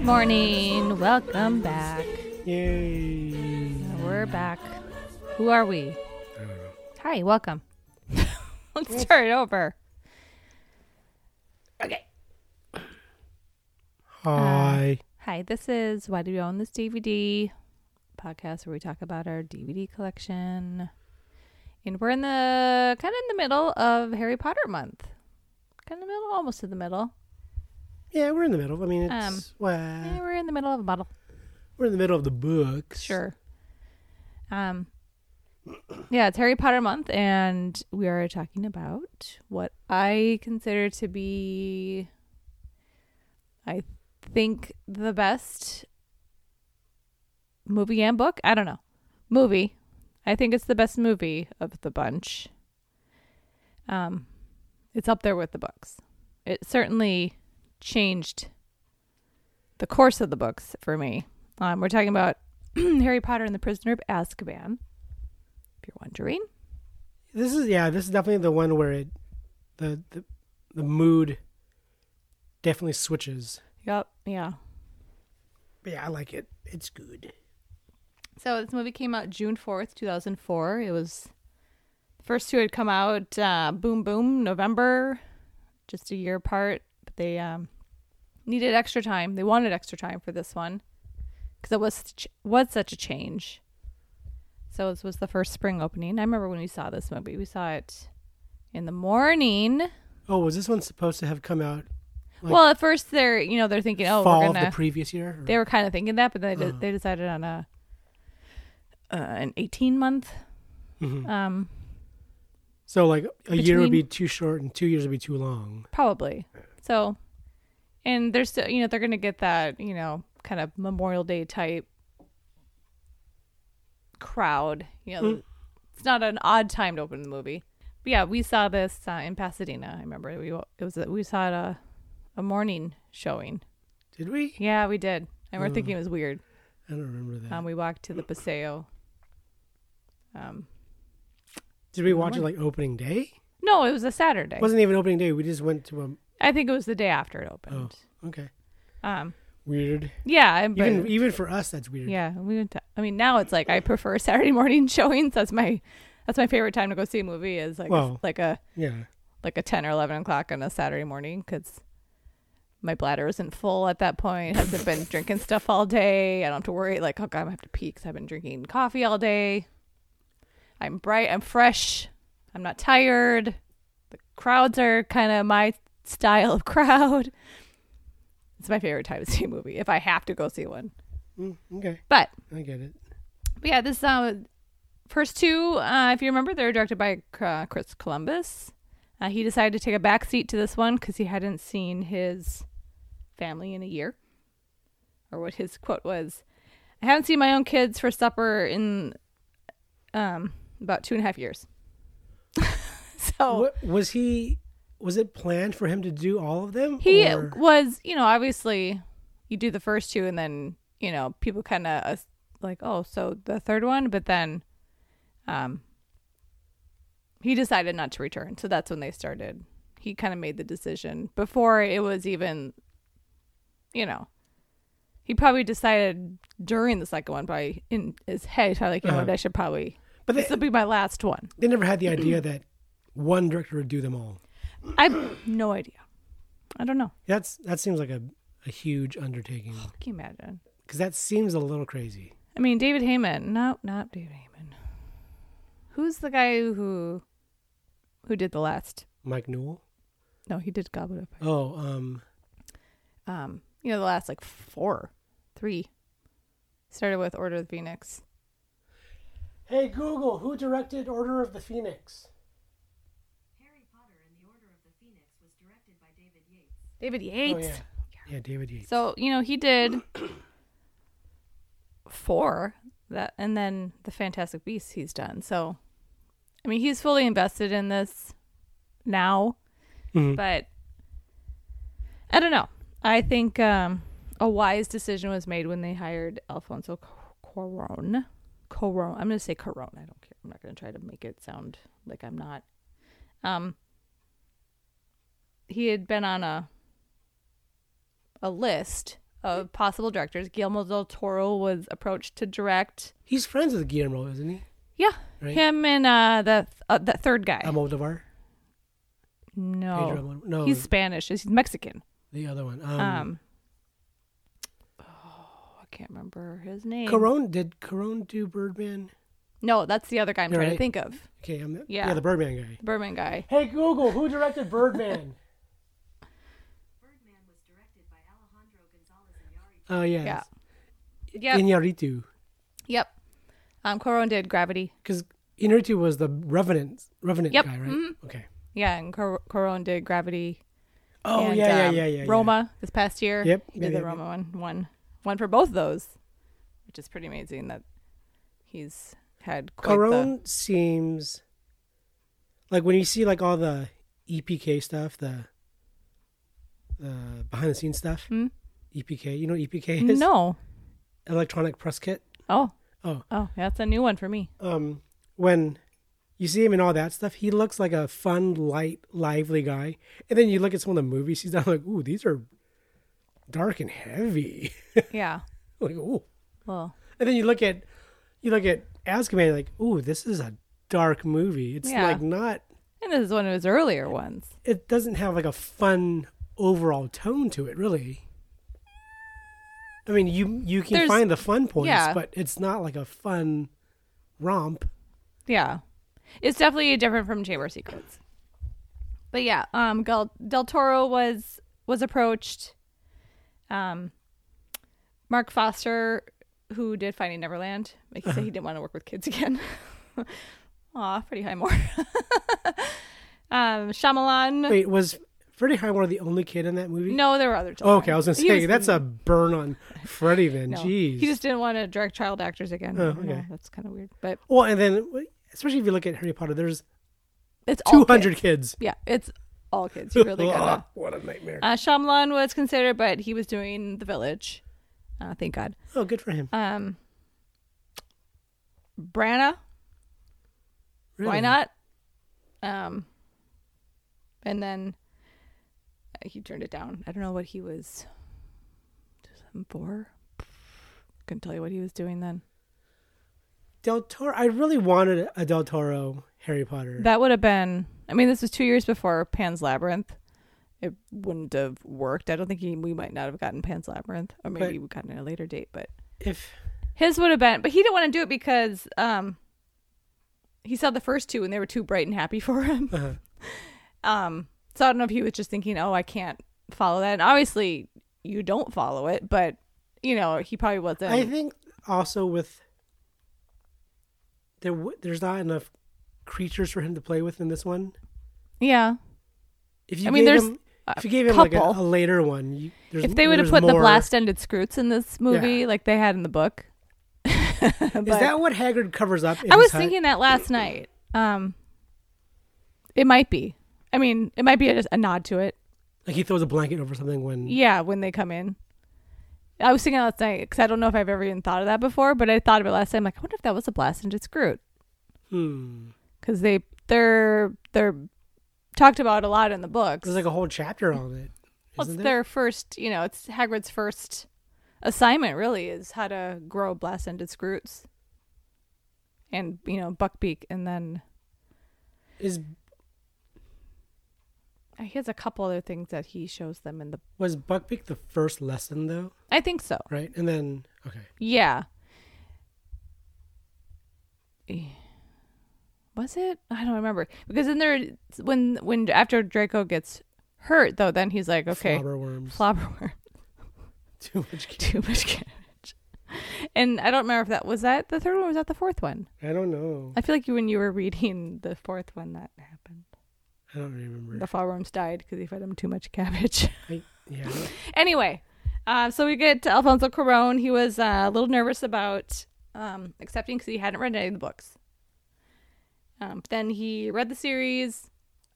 morning. Welcome back. Yay. We're back. Who are we? Hi, welcome. Let's start it over. Okay. Uh, Hi. Hi, this is Why Do We Own This DVD podcast where we talk about our DVD collection. And we're in the kind of in the middle of Harry Potter month. Kind of middle, almost in the middle. yeah, we're in the middle. I mean, it's Um, well, Yeah, we're in the middle of a bottle. we're in the middle of the books. Sure. Um Yeah, it's Harry Potter month and we are talking about what I consider to be I think the best movie and book. I don't know. Movie. I think it's the best movie of the bunch. Um it's up there with the books. It certainly changed the course of the books for me. Um, we're talking about Harry Potter and the Prisoner of Azkaban. If you're wondering, This is yeah, this is definitely the one where it the the, the mood definitely switches. yep, yeah. But yeah, I like it. It's good. So this movie came out June fourth, two thousand four. It was the first two had come out uh, Boom Boom November, just a year apart. But they um, needed extra time. They wanted extra time for this one because it was such- was such a change. So this was the first spring opening. I remember when we saw this movie. We saw it in the morning. Oh, was this one supposed to have come out Like- well, at first they're you know they're thinking oh fall we're of gonna the previous year? Or- they were kind of thinking that, but then they, de- they decided on a uh, an eighteen month. Mhm. Um, so like a year would be between- too short and two years would be too long. probably. So, and they're still, you know, they're going to get that, you know, kind of Memorial Day type crowd. You know, it's not an odd time to open the movie. But yeah, we saw this uh, in Pasadena. I remember we it was we saw it a a morning showing. Did we? Yeah, we did. I remember thinking it was weird. I don't remember that. Um, we walked to the Paseo. Um, Did we watch it like opening day? no, it was a Saturday. It wasn't even opening day. We just went to a I think it was the day after it opened. okay. Um, Weird. yeah, I- but, Oh. Even even for us that's weird. yeah, we went. To, I mean, now it's like I prefer Saturday morning showings. That's my that's my favorite time to go see a movie is like Well. like a Yeah. like a ten or eleven o'clock on a Saturday morning because my bladder isn't full at that point. Hasn't been drinking stuff all day. I don't have to worry like oh god, I am have to pee 'cause I've been drinking coffee all day. I'm bright. I'm fresh. I'm not tired. The crowds are kind of my style of crowd. It's my favorite time to see a movie if I have to go see one. Mm, okay. But I get it. but yeah, this uh, first two, uh, if you remember, they were directed by uh, Chris Columbus. Uh, he decided to take a backseat to this one because he hadn't seen his family in a year, or what his quote was: "I haven't seen my own kids for supper in um, about two and a half years." so What, was he? Was it planned for him to do all of them? He or- was, you know, obviously you do the first two and then, you know, people kind of uh, like, oh, so the third one, but then um he decided not to return. So that's when they started. He kind of made the decision before it was even you know. He probably decided during the second one probably in his head, he's probably like, you know what, Uh-huh. I should probably but they, this will be my last one. they never had the idea that one director would do them all. I have no idea. I don't know. That's that seems like a, a huge undertaking Can you imagine? because that seems a little crazy. I mean, David Heyman. No, not David Heyman. Who's the guy who who did the last? Mike Newell. No, he did Goblet of Fire. Oh, um, Um, you know, the last like four, three. Started with Order of the Phoenix. hey Google, who directed Order of the Phoenix? Harry Potter and the Order of the Phoenix was directed by David Yates. David Yates. Oh yeah, yeah, David Yates. So you know he did four that, and then the Fantastic Beasts he's done. So, I mean, he's fully invested in this now, Mhm. but I don't know. I think um, a wise decision was made when they hired Alfonso Cuarón. Cuarón. I'm going to say Cuarón. I don't care. I'm not going to try to make it sound like I'm not. Um, he had been on a a list of possible directors. Guillermo del Toro was approached to direct. He's friends with Guillermo, isn't he? Yeah, Right. him and uh, the uh, that third guy. Almodovar. no, Pedro Almod- no. he's Spanish. He's Mexican. The other one. Um, Um, oh, I can't remember his name. Corone did Corone do Birdman? no, that's the other guy I'm You're trying to right. think of. Okay, I'm Yeah. yeah. the Birdman guy. The Birdman guy. Hey Google, who directed Birdman? Birdman was directed by Alejandro Gonzalez Iñárritu. Oh yes. Yeah. yeah. Yep. Inarritu, yep. Um, Coron did Gravity. because Inarritu was the Revenant Revenant Yep, guy, right? mhm. Okay. Yeah, and Cor- Coron did Gravity. Oh and, yeah, um, yeah, yeah, yeah, yeah. Roma this past year. Yep, He yeah, did yeah, the yeah. Roma one, one, one for both those, which is pretty amazing that he's had quite Corone seems like when you see like all the EPK stuff, the the behind the scenes stuff. Hmm? EPK, you know what EPK the. is No. electronic press kit. Oh. Oh. Oh, that's a new one for me. um, when you see him in all that stuff, he looks like a fun, light, lively guy. And then you look at some of the movies he's done, like, ooh, these are dark and heavy. yeah. like, ooh. Well, And then you look at you look at Azkaban, like, ooh, this is a dark movie. It's Yeah. like not. and this is one of his earlier ones. It doesn't have like a fun overall tone to it, really. I mean, you you can There's- find the fun points, yeah. but it's not like a fun romp. Yeah. It's definitely different from Chamber of Secrets. But yeah, um Gal- Del Toro was was approached um Mark Foster who did Finding Neverland. Like he said he didn't want to work with kids again. Aw, pretty high more. um Shyamalan. Wait, was Freddie Highmore the only kid in that movie? No, there were other children. Oh, okay, I was gonna He say that's a burn on Freddie. Then, no, jeez. He just didn't want to direct child actors again. Oh, I don't know, okay. That's kind of weird. But well, and then especially if you look at Harry Potter, there's it's all two kids. hundred kids. Yeah, it's all kids. You really gotta what a nightmare! Uh, Shyamalan was considered, but he was doing The Village. Uh, thank God. oh, good for him. Um, Branna, why Really. not? Um, and then uh, he turned it down. I don't know what he was. 2004? Couldn't tell you what he was doing then. Del Toro? I really wanted a Del Toro Harry Potter. That would have been. I mean, this was two years before Pan's Labyrinth. It wouldn't have worked. I don't think he, we might not have gotten Pan's Labyrinth, or maybe But- we got it at a later date. But if His would have been, but he didn't want to do it because um, he saw the first two and they were too bright and happy for him. uh, Um, so I don't know if he was just thinking, oh, I can't follow that. And obviously, you don't follow it, but you know, he probably wasn't. I think also with there, w- there's not enough creatures for him to play with in this one. yeah, If you I mean, gave there's him, a if you gave him like a, couple. a later one, you, there's, if they would have there's put the more. blast-ended scroots in this movie, like they had in the book. Is that what Haggard covers up? in I his was hut? thinking that last night. Um, it might be. I mean, it might be a, a nod to it. Like he throws a blanket over something when Yeah, when they come in. I was thinking last night because I don't know if I've ever even thought of that before, but I thought of it last time. Like, I wonder if that was a blast and it's Groot hmm. because they they're they're talked about a lot in the books. There's like a whole chapter on it. What's isn't there? their first? You know, it's Hagrid's first assignment. Really, is how to grow blast-ended Groots, and you know Buckbeak, and then Is uh, he has a couple other things that he shows them in the. was Buckbeak the first lesson though, I think so. right? And then okay, Yeah. Eh, Was it? I don't remember. Because then there, when when after Draco gets hurt, though, then he's like, okay, flobber worms. flobberworm, Too much. ca- too much cabbage. And I don't remember if that was that the third one or was that the fourth one. I don't know. I feel like you when you were reading the fourth one that happened. I don't remember. The flobberworms died because he fed them too much cabbage. I, yeah, anyway, uh, so we get to Alfonso Cuarón. He was uh, a little nervous about um, accepting because he hadn't read any of the books. Um, but then he read the series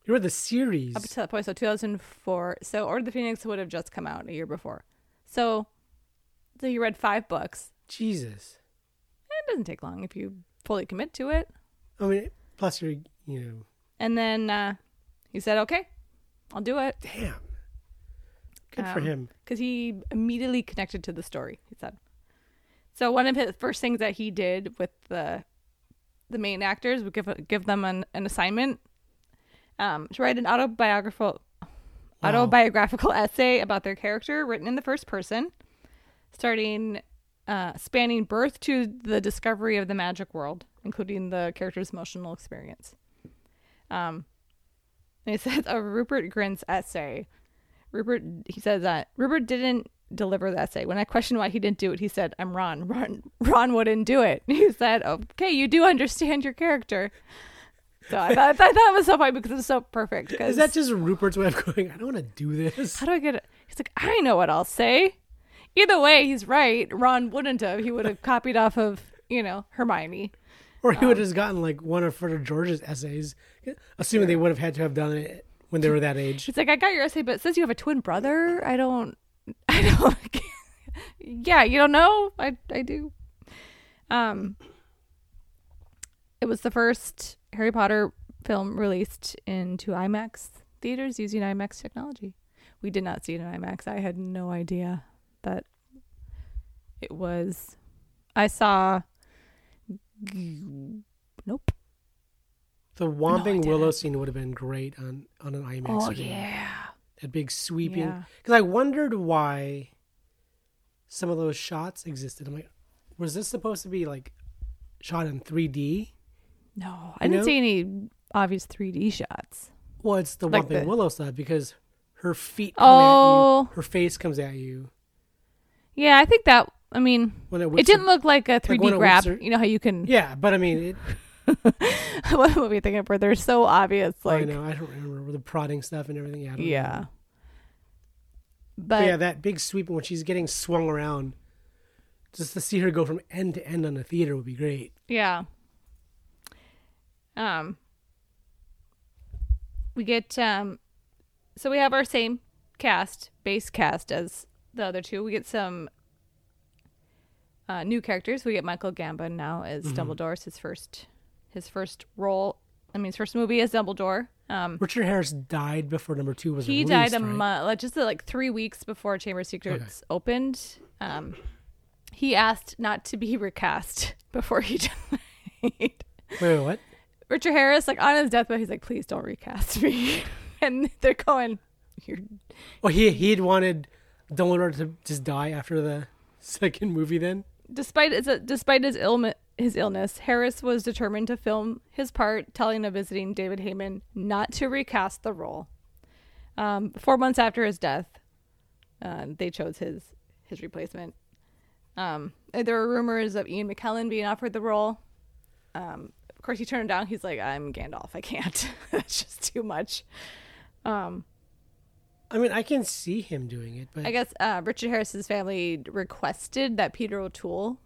you read the series. up to that point, so 2004. So Order of the Phoenix would have just come out a year before. So, so he read five books. Jesus. It doesn't take long if you fully commit to it. I mean, plus you're you know, And then uh, he said, "Okay, I'll do it." damn. Good for him. because he immediately connected to the story. He said. So one of his first things that he did with the the main actors would give give them an, an assignment um, to write an autobiographical autobiographical essay about their character written in the first person, starting uh, spanning birth to the discovery of the magic world, including the character's emotional experience. Um, and it says of Rupert Grint's essay. Rupert he says that Rupert didn't deliver the essay. When I questioned why he didn't do it, he said, "I'm Ron. Ron Ron wouldn't do it." He said, "Okay, you do understand your character." So I thought, I thought that was so funny because it's so perfect. Is that just Rupert's way of going? I don't want to do this. how do I get it? He's like, I know what I'll say. Either way, he's right. Ron wouldn't have. He would have copied off of, you know, Hermione. Or he would have just gotten like one of Frederick George's essays, assuming they would have had to have done it when they were that age. She's like, I got your essay, but it says you have a twin brother. I don't, I don't. yeah, you don't know. I, I do. Um, it was the first Harry Potter film released into IMAX theaters using IMAX technology. We did not see it in IMAX. I had no idea that it was. I saw. Nope. The Whomping Willow scene would have been great on on an IMAX. Oh screen. yeah. that big sweeping. Yeah. Because I wondered why some of those shots existed. I'm like, was this supposed to be like shot in 3D? No, I didn't know- see any obvious 3D shots. Well, it's the Like Whomping the- Willow side because her feet come at Oh. you, her face comes at you. Yeah, I think that. I mean, When it it, whips didn't her- look like a 3D when it grab. whips her- You know how you can. Yeah, but I mean, it, what were we thinking? Where they're so obvious, I like know I don't remember the prodding stuff and everything. Yeah, I don't yeah. remember. But But yeah, that big sweeping when she's getting swung around, just to see her go from end to end on the theater would be great. yeah. Um. We get um, so we have our same cast, base cast as the other two. We get some uh, new characters. We get Michael Gambon now as Dumbledore. It's his first, his first role. I mean, his first movie as Dumbledore. Um. Richard Harris died before number two was he released. died a right? month like just uh, like three weeks before chamber of secrets opened um he asked not to be recast before he died Wait, wait, what? richard harris like on his deathbed he's like please don't recast me and they're going you're Well, Oh, he he had wanted Dumbledore to just die after the second movie. Then despite his, despite his illness his illness, Harris was determined to film his part, telling a visiting David Heyman not to recast the role. Um, four months after his death, uh, they chose his his replacement. Um, and there were rumors of Ian McKellen being offered the role. Um, of course, he turned it down. He's like, "I'm Gandalf. I can't. That's just too much." I mean, I can see him doing it, but I guess uh, Richard Harris's family requested that Peter O'Toole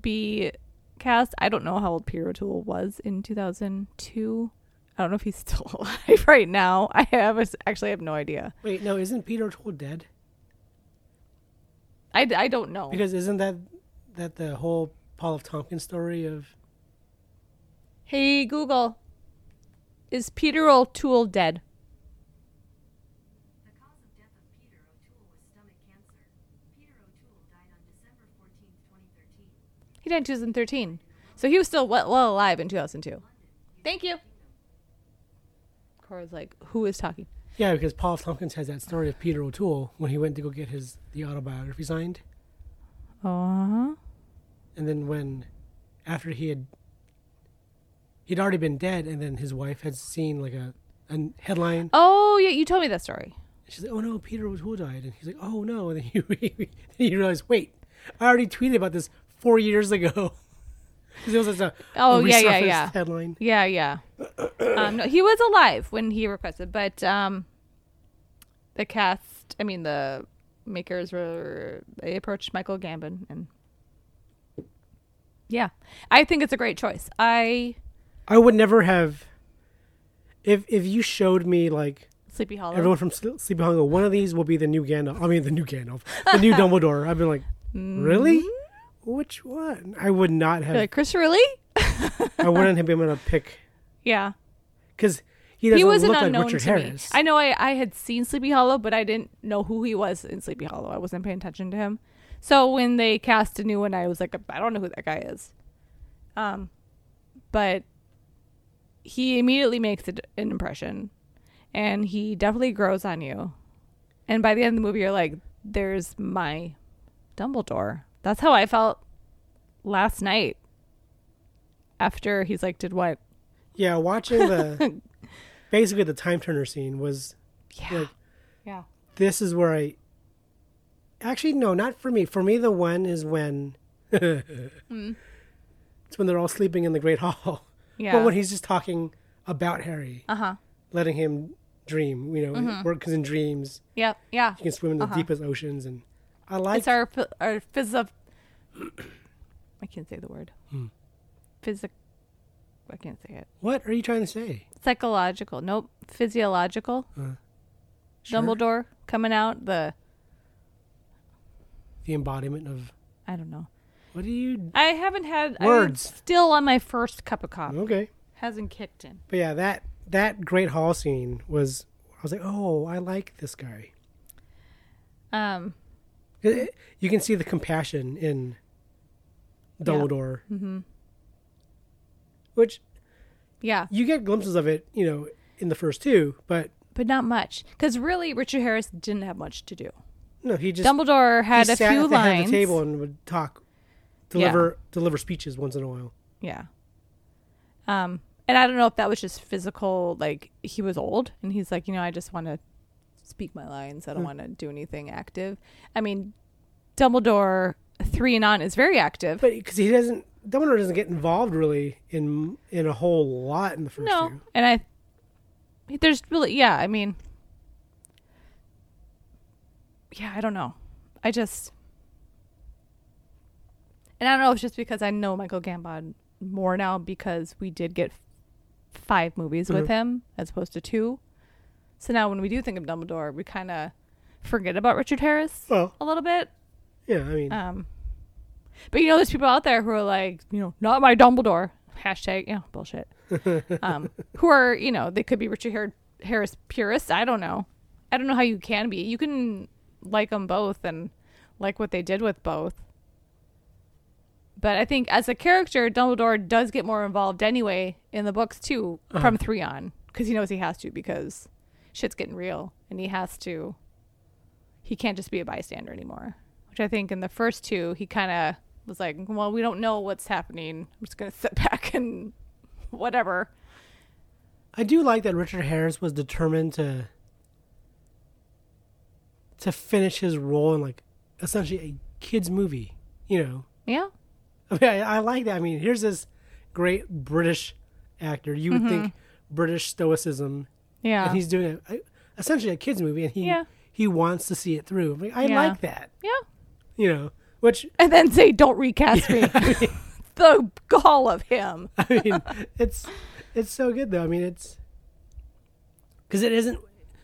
be cast. I don't know how old Peter O'Toole was in 2002. I don't know if he's still alive right now. I have I actually have no idea. wait, no, isn't Peter O'Toole dead? I, I don't know. Because isn't that that the whole Paul of Tompkins story of? hey Google, is Peter O'Toole dead? The cause of death of Peter O'Toole was stomach cancer. Peter O'Toole died on December 14, 2013. He died in 2013, so he was still well, well alive in 2002. Thank you. Cora's like, who is talking? Yeah, because Paul of Tompkins has that story of Peter O'Toole when he went to go get his the autobiography signed, Uh huh. and then when after he had he'd already been dead, and then his wife had seen like a a headline. Oh yeah, you told me that story. She's like, "Oh no, Peter O'Toole died," and he's like, "Oh no," and then you then you realize, wait, I already tweeted about this four years ago. 'Cause it was just a, Oh, a yeah, yeah, resurfaced yeah. headline. Yeah, yeah. um, no, he was alive when he requested, but um, the cast, I mean, the makers were, they approached Michael Gambon and. Yeah, I think it's a great choice. I I would never have if if you showed me like Sleepy Hollow. everyone from Sle- Sleepy Hollow. One of these will be the new Gandalf. I mean, the new Gandalf, the new Dumbledore. I've been like, Mm-hmm. really? Which one? I would not You're have. like Chris, really? I wouldn't have been able to pick Yeah, because He doesn't He was an look like unknown Richard to Harris. me. I know I, I had seen Sleepy Hollow, but I didn't know who he was in Sleepy Hollow. I wasn't paying attention to him. So when they cast a new one, I was like, I don't know who that guy is. Um, but he immediately makes a d an impression, and he definitely grows on you. And by the end of the movie, you're like, "There's my Dumbledore." That's how I felt last night. After he's like, "Did what?" yeah, watching the basically the time turner scene was Yeah, Like- yeah. this is where I actually no, not for me. For me, the one is when it's when they're all sleeping in the Great Hall. Yeah. Well, when he's just talking about Harry, Uh huh. letting him dream. You know, work because in dreams Yep. Yeah. you can swim in the Mm-hmm. Uh-huh. deepest oceans, and I like It's our ph- our phys. I can't say the word. Hmm. Physic. I can't say it. What are you trying to say? Psychological. Nope. Physiological. Uh, Sure. Dumbledore coming out. The The embodiment of I don't know. what do you? I haven't had I am Words. still on my first cup of coffee. Okay, Hasn't kicked in. but yeah, that that Great Hall scene was. I was like, oh, I like this guy. Um. It- You can see the compassion in Dumbledore, mm-hmm. which Yeah. you get glimpses of it, you know, in the first two. But But not much, because really, Richard Harris didn't have much to do. no, he just Dumbledore he had a sat few at the head lines. of the table and would talk, deliver deliver speeches once in a while. Yeah. Um, and I don't know if that was just physical, like he was old and he's like, you know, I just want to speak my lines. I don't want to do anything active. I mean, Dumbledore three and on is very active. But because he doesn't, Dumbledore doesn't get involved really in in a whole lot in the first no, two. and I there's really yeah. I mean, yeah, I don't know. I just and I don't know. if It's just because I know Michael Gambon more now because we did get five movies with him as opposed to two. So now when we do think of Dumbledore, we kind of forget about Richard Harris Well, a little bit. yeah, I mean, Um, but you know, there's people out there who are like, you know, not my Dumbledore hashtag, yeah, bullshit. um, who are you know they could be Richard Har- Harris purists. I don't know. I don't know how you can be. You can like them both and like what they did with both. But I think as a character, Dumbledore does get more involved anyway in the books too, from three on, because he knows he has to because shit's getting real and he has to he can't just be a bystander anymore. Which I think in the first two, he kind of was like, well, we don't know what's happening. I'm just going to sit back and whatever. I do like that Richard Harris was determined to to finish his role in like essentially a kids movie. You know, Yeah. I mean, I, I like that. I mean, here's this great British actor. You would think British stoicism, Mm-hmm. Yeah. and he's doing a, essentially a kids movie, and he Yeah. he wants to see it through. I, mean, I Yeah. like that. yeah. You know, which And then say, don't recast me. the gall of him. I mean, it's it's so good though. I mean, it's because it isn't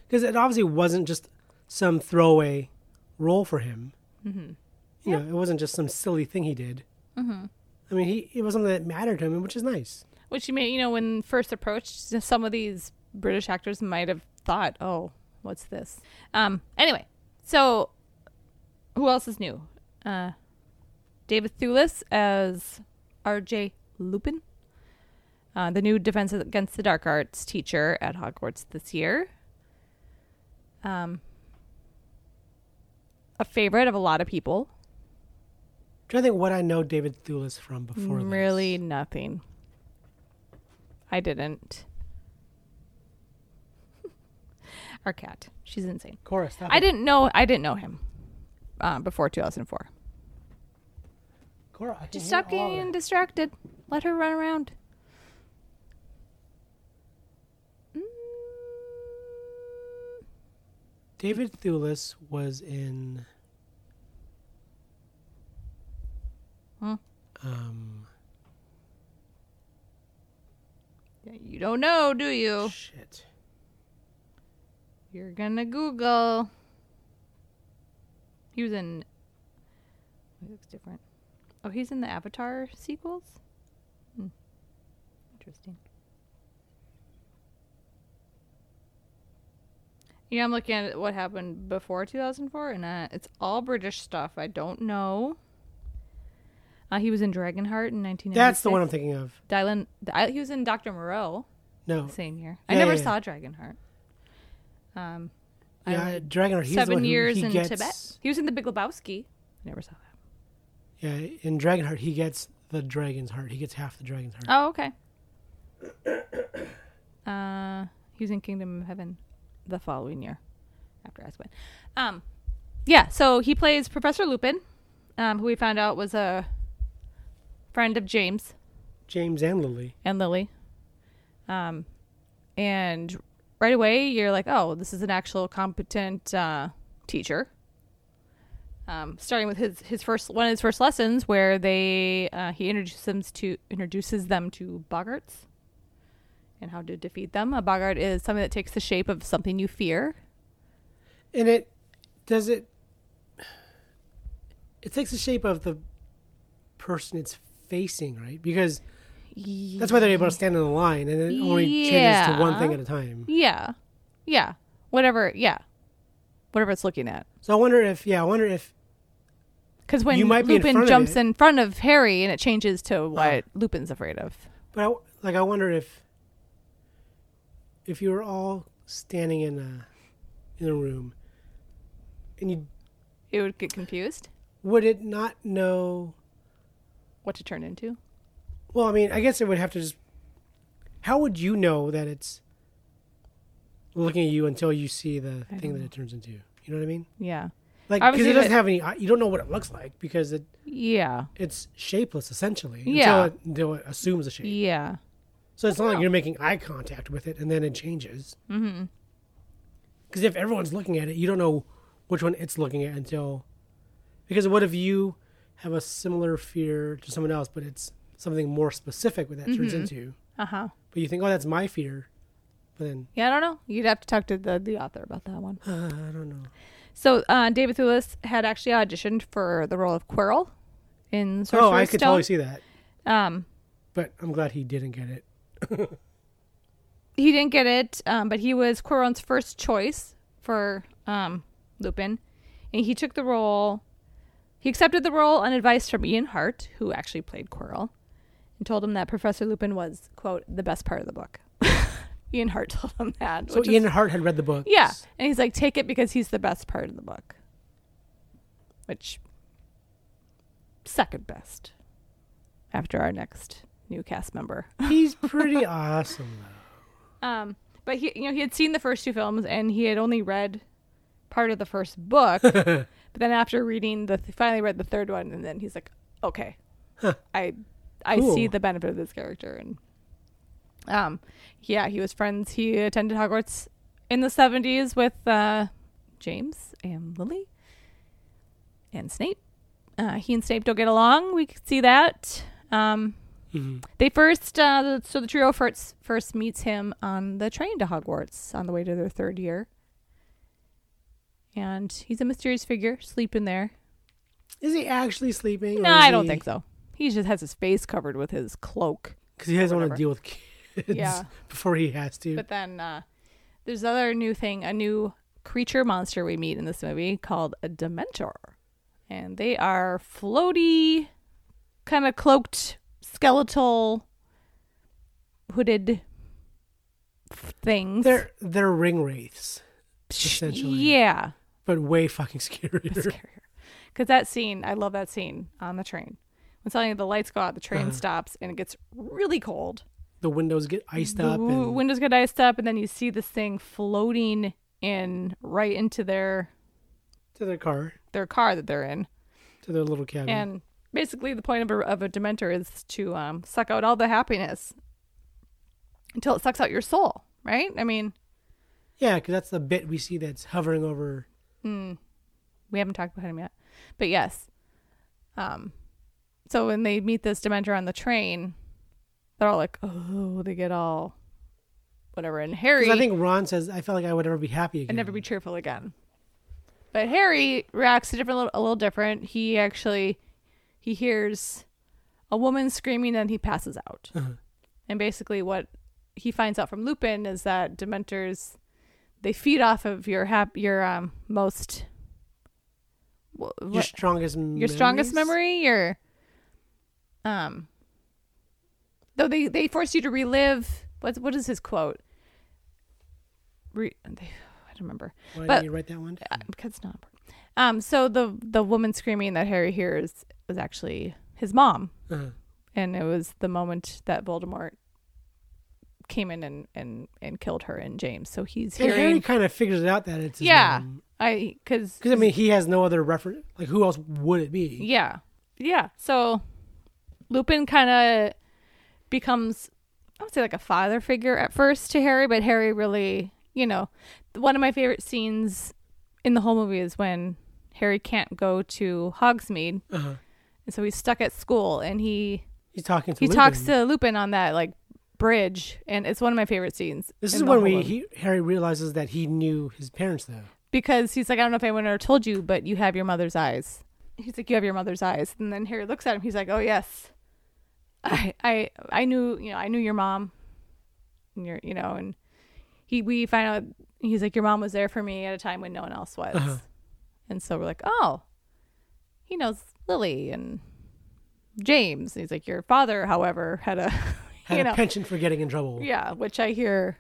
because it obviously wasn't just some throwaway role for him. Mm-hmm. You know, it wasn't just some silly thing he did. Mm-hmm. I mean, he it was something that mattered to him, which is nice. Which you may, you know, when first approached, some of these British actors might have thought, "Oh, what's this?" Um. Anyway, so who else is new? Uh, David Thewlis as R.J. Lupin, uh, the new Defense Against the Dark Arts teacher at Hogwarts this year. Um. A favorite of a lot of people. trying to think what I know David Thewlis from before. this. Really nothing. I didn't. Our cat. She's insane. chorus. stop I it. didn't know I didn't know him uh, before 2004. Cora, I can Just hear stop all of getting it. distracted. Let her run around. Mm, David Thewlis was in. Hmm. Um. You don't know, do you? Shit. You're gonna Google. He was in. He looks different. Oh, he's in the Avatar sequels. Hmm. Interesting. Yeah, I'm looking at what happened before 2004, and uh, it's all British stuff. I don't know. Uh, he was in Dragonheart in 1996. That's the one I'm thinking of. Dylan, Dy- he was in Dr. Moreau No, the same year. I Yeah, never yeah, yeah. saw Dragonheart. Um, I- yeah, Dragonheart. He's the seven one who- years he in gets, Tibet. He was in The Big Lebowski. I never saw that. Yeah, in Dragonheart, he gets the dragon's heart. He gets half the dragon's heart. Oh, okay. Uh, he was in Kingdom of Heaven the following year after Azkaban. Um, yeah, so he plays Professor Lupin, um, who we found out was a friend of James James and Lily. and Lily. Um, and right away, you're like, oh, this is an actual competent uh, teacher. Um, starting with his, his first one of his first lessons, where they uh, he introduces them to introduces them to boggarts and how to defeat them. A boggart is something that takes the shape of something you fear. And it does it. It takes the shape of the person it's facing, right? Because that's why they're able to stand in a line, and it only changes to one thing Yeah. at a time. Yeah, yeah, whatever. Yeah, whatever it's looking at. So I wonder if, yeah, I wonder if, Because when You might be in Lupin front of jumps it. Oh. in front of Harry, and it changes to what Lupin's afraid of. but I, like I wonder if, if you were all standing in a, in a room, and you It would get confused would it not know? what to turn into. Well, I mean, I guess it would have to just. How would you know that it's looking at you until you see the I thing don't that it turns into? You know what I mean? Yeah, Like because Obviously, it doesn't it- have any. eye- You don't know what it looks like because it yeah, it's shapeless essentially. Yeah. Until it, until it assumes a shape. yeah. So it's not like you're making eye contact with it and then it changes. Mm-hmm. Because if everyone's looking at it, you don't know which one it's looking at until. Because what if you have a similar fear to someone else, but it's something more specific what that turns into? Uh huh. But you think, oh, that's my fear. But then, Yeah, I don't know. You'd have to talk to the, the author about that one. uh, I don't know. So uh, David Thewlis had actually auditioned for the role of Quirrell in Sorcerer's oh, I could Stone. totally see that. Um, But I'm glad he didn't get it. he didn't get it, um, but he was Quirrell's first choice for um, Lupin, and he took the role. He accepted the role on advice from Ian Hart, who actually played Quirrell, and told him that Professor Lupin was quote the best part of the book. Ian Hart told him that. So which is- Ian Hart had read the book. yeah, and he's like, take it because he's the best part of the book, which second best after our next new cast member. He's pretty awesome, though. Um, but he, you know, he had seen the first two films and he had only read part of the first book. but then after reading the, finally read the third one, and then he's like, okay, I, I see Cool. the benefit of this character, and um, yeah, he was friends. He attended Hogwarts in the seventies with uh, James and Lily and Snape. Uh, he and Snape don't get along. We could see that. Um, they first, uh, the- so the trio first first meets him on the train to Hogwarts on the way to their third year, and he's a mysterious figure sleeping there. Is he actually sleeping? No, I don't think so. He just has his face covered with his cloak. Because he doesn't want whatever. to deal with kids Yeah. before he has to. But then uh, there's other new thing, a new creature monster we meet in this movie called a Dementor, and they are floaty, kind of cloaked, skeletal, hooded f- things. They're they're ring wraiths, Psh, essentially. yeah, but way fucking scarier. because that scene, I love that scene on the train. When suddenly the lights go out, the Uh-huh. train stops, and it gets really cold. The windows get iced the up. w- And, windows get iced up, and then you see this thing floating in right into their to their car, their car that they're in. to their little cabin. And basically, the point of a, of a dementor is to um, suck out all the happiness until it sucks out your soul, right? I mean, yeah, because that's the bit we see that's hovering over. we haven't talked about him yet, but yes. Um, so when they meet this dementor on the train, they're all like, "Oh," they get all whatever. And Harry, Because I think Ron says, "I felt like I would never be happy again." and never be cheerful again. But Harry reacts a different, a little different. He actually he hears a woman screaming and he passes Uh-huh. out. And basically, what he finds out from Lupin is that Dementors they feed off of your hap- your um most wh- Your what, strongest your strongest memories? memory your um though they they force you to relive what what is his quote Re, they, i don't remember Why But- did you write that one? uh, because it's not important. Um, so the the woman screaming that Harry hears was actually his mom, Uh-huh. and it was the moment that Voldemort came in and and and killed her and James. So he's And hearing, Harry kind of figures it out that it's his yeah, mom. I because Because I mean, he has no other reference. Like, who else would it be? yeah, yeah. So Lupin kind of becomes I would say like a father figure at first to Harry, but Harry really, you know, one of my favorite scenes in the whole movie is when Harry can't go to Hogsmeade Uh-huh. And so he's stuck at school and he He's talking to. he Lupin. talks to Lupin on that like bridge and it's one of my favorite scenes. This in is the when whole we movie. he, Harry realizes that he knew his parents though. because he's like I don't know if anyone ever told you but you have your mother's eyes. He's like you have your mother's eyes and then Harry looks at him he's like oh yes. I I I knew, you know, I knew your mom. And your you know and he we find out he's like your mom was there for me at a time when no one else was. Uh-huh. And so we're like, "Oh. He knows Lily and James." And he's like, "Your father, however, had a Had you a know, penchant for getting in trouble. Yeah, which I hear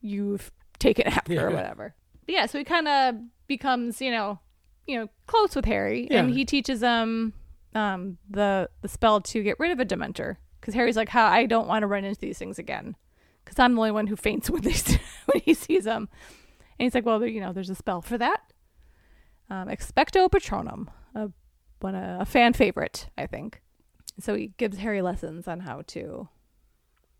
you've taken after or Yeah. whatever. But yeah, so he kind of becomes, you know, you know, close with Harry, and Yeah. he teaches him um, the the spell to get rid of a Dementor. Because Harry's like, "How I don't want to run into these things again, because I'm the only one who faints when they when he sees them." And he's like, "Well, there, you know, there's a spell for that. Um, Expecto Patronum, a one a, a fan favorite, I think." So he gives Harry lessons on how to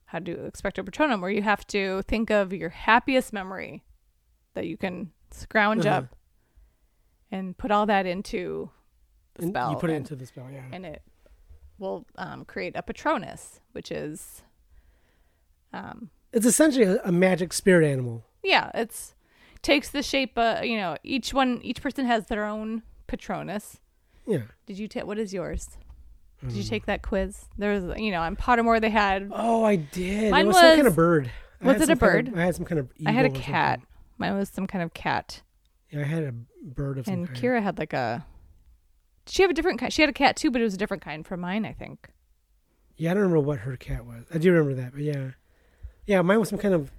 how to expect a patronum where you have to think of your happiest memory that you can scrounge Uh-huh. up and put all that into the And spell you put it and, into the spell. Yeah. and it will um, create a patronus which is um, It's essentially a, a magic spirit animal. yeah it's takes the shape of you know each one each person has their own patronus Yeah. did you take what is yours did you take that quiz there's you know on pottermore they had Hmm. Oh, I did. Mine it was, some kind was- of bird. I was had it a some kind of- bird? I had some kind of. i had a eagle or cat something. mine was some kind of cat Yeah, I had a bird of some And kind. Kira had like a. Did She have a different kind. She had a cat too, but it was a different kind from mine, I think. Yeah, I don't remember what her cat was. I do remember that, but yeah, yeah, mine was some kind of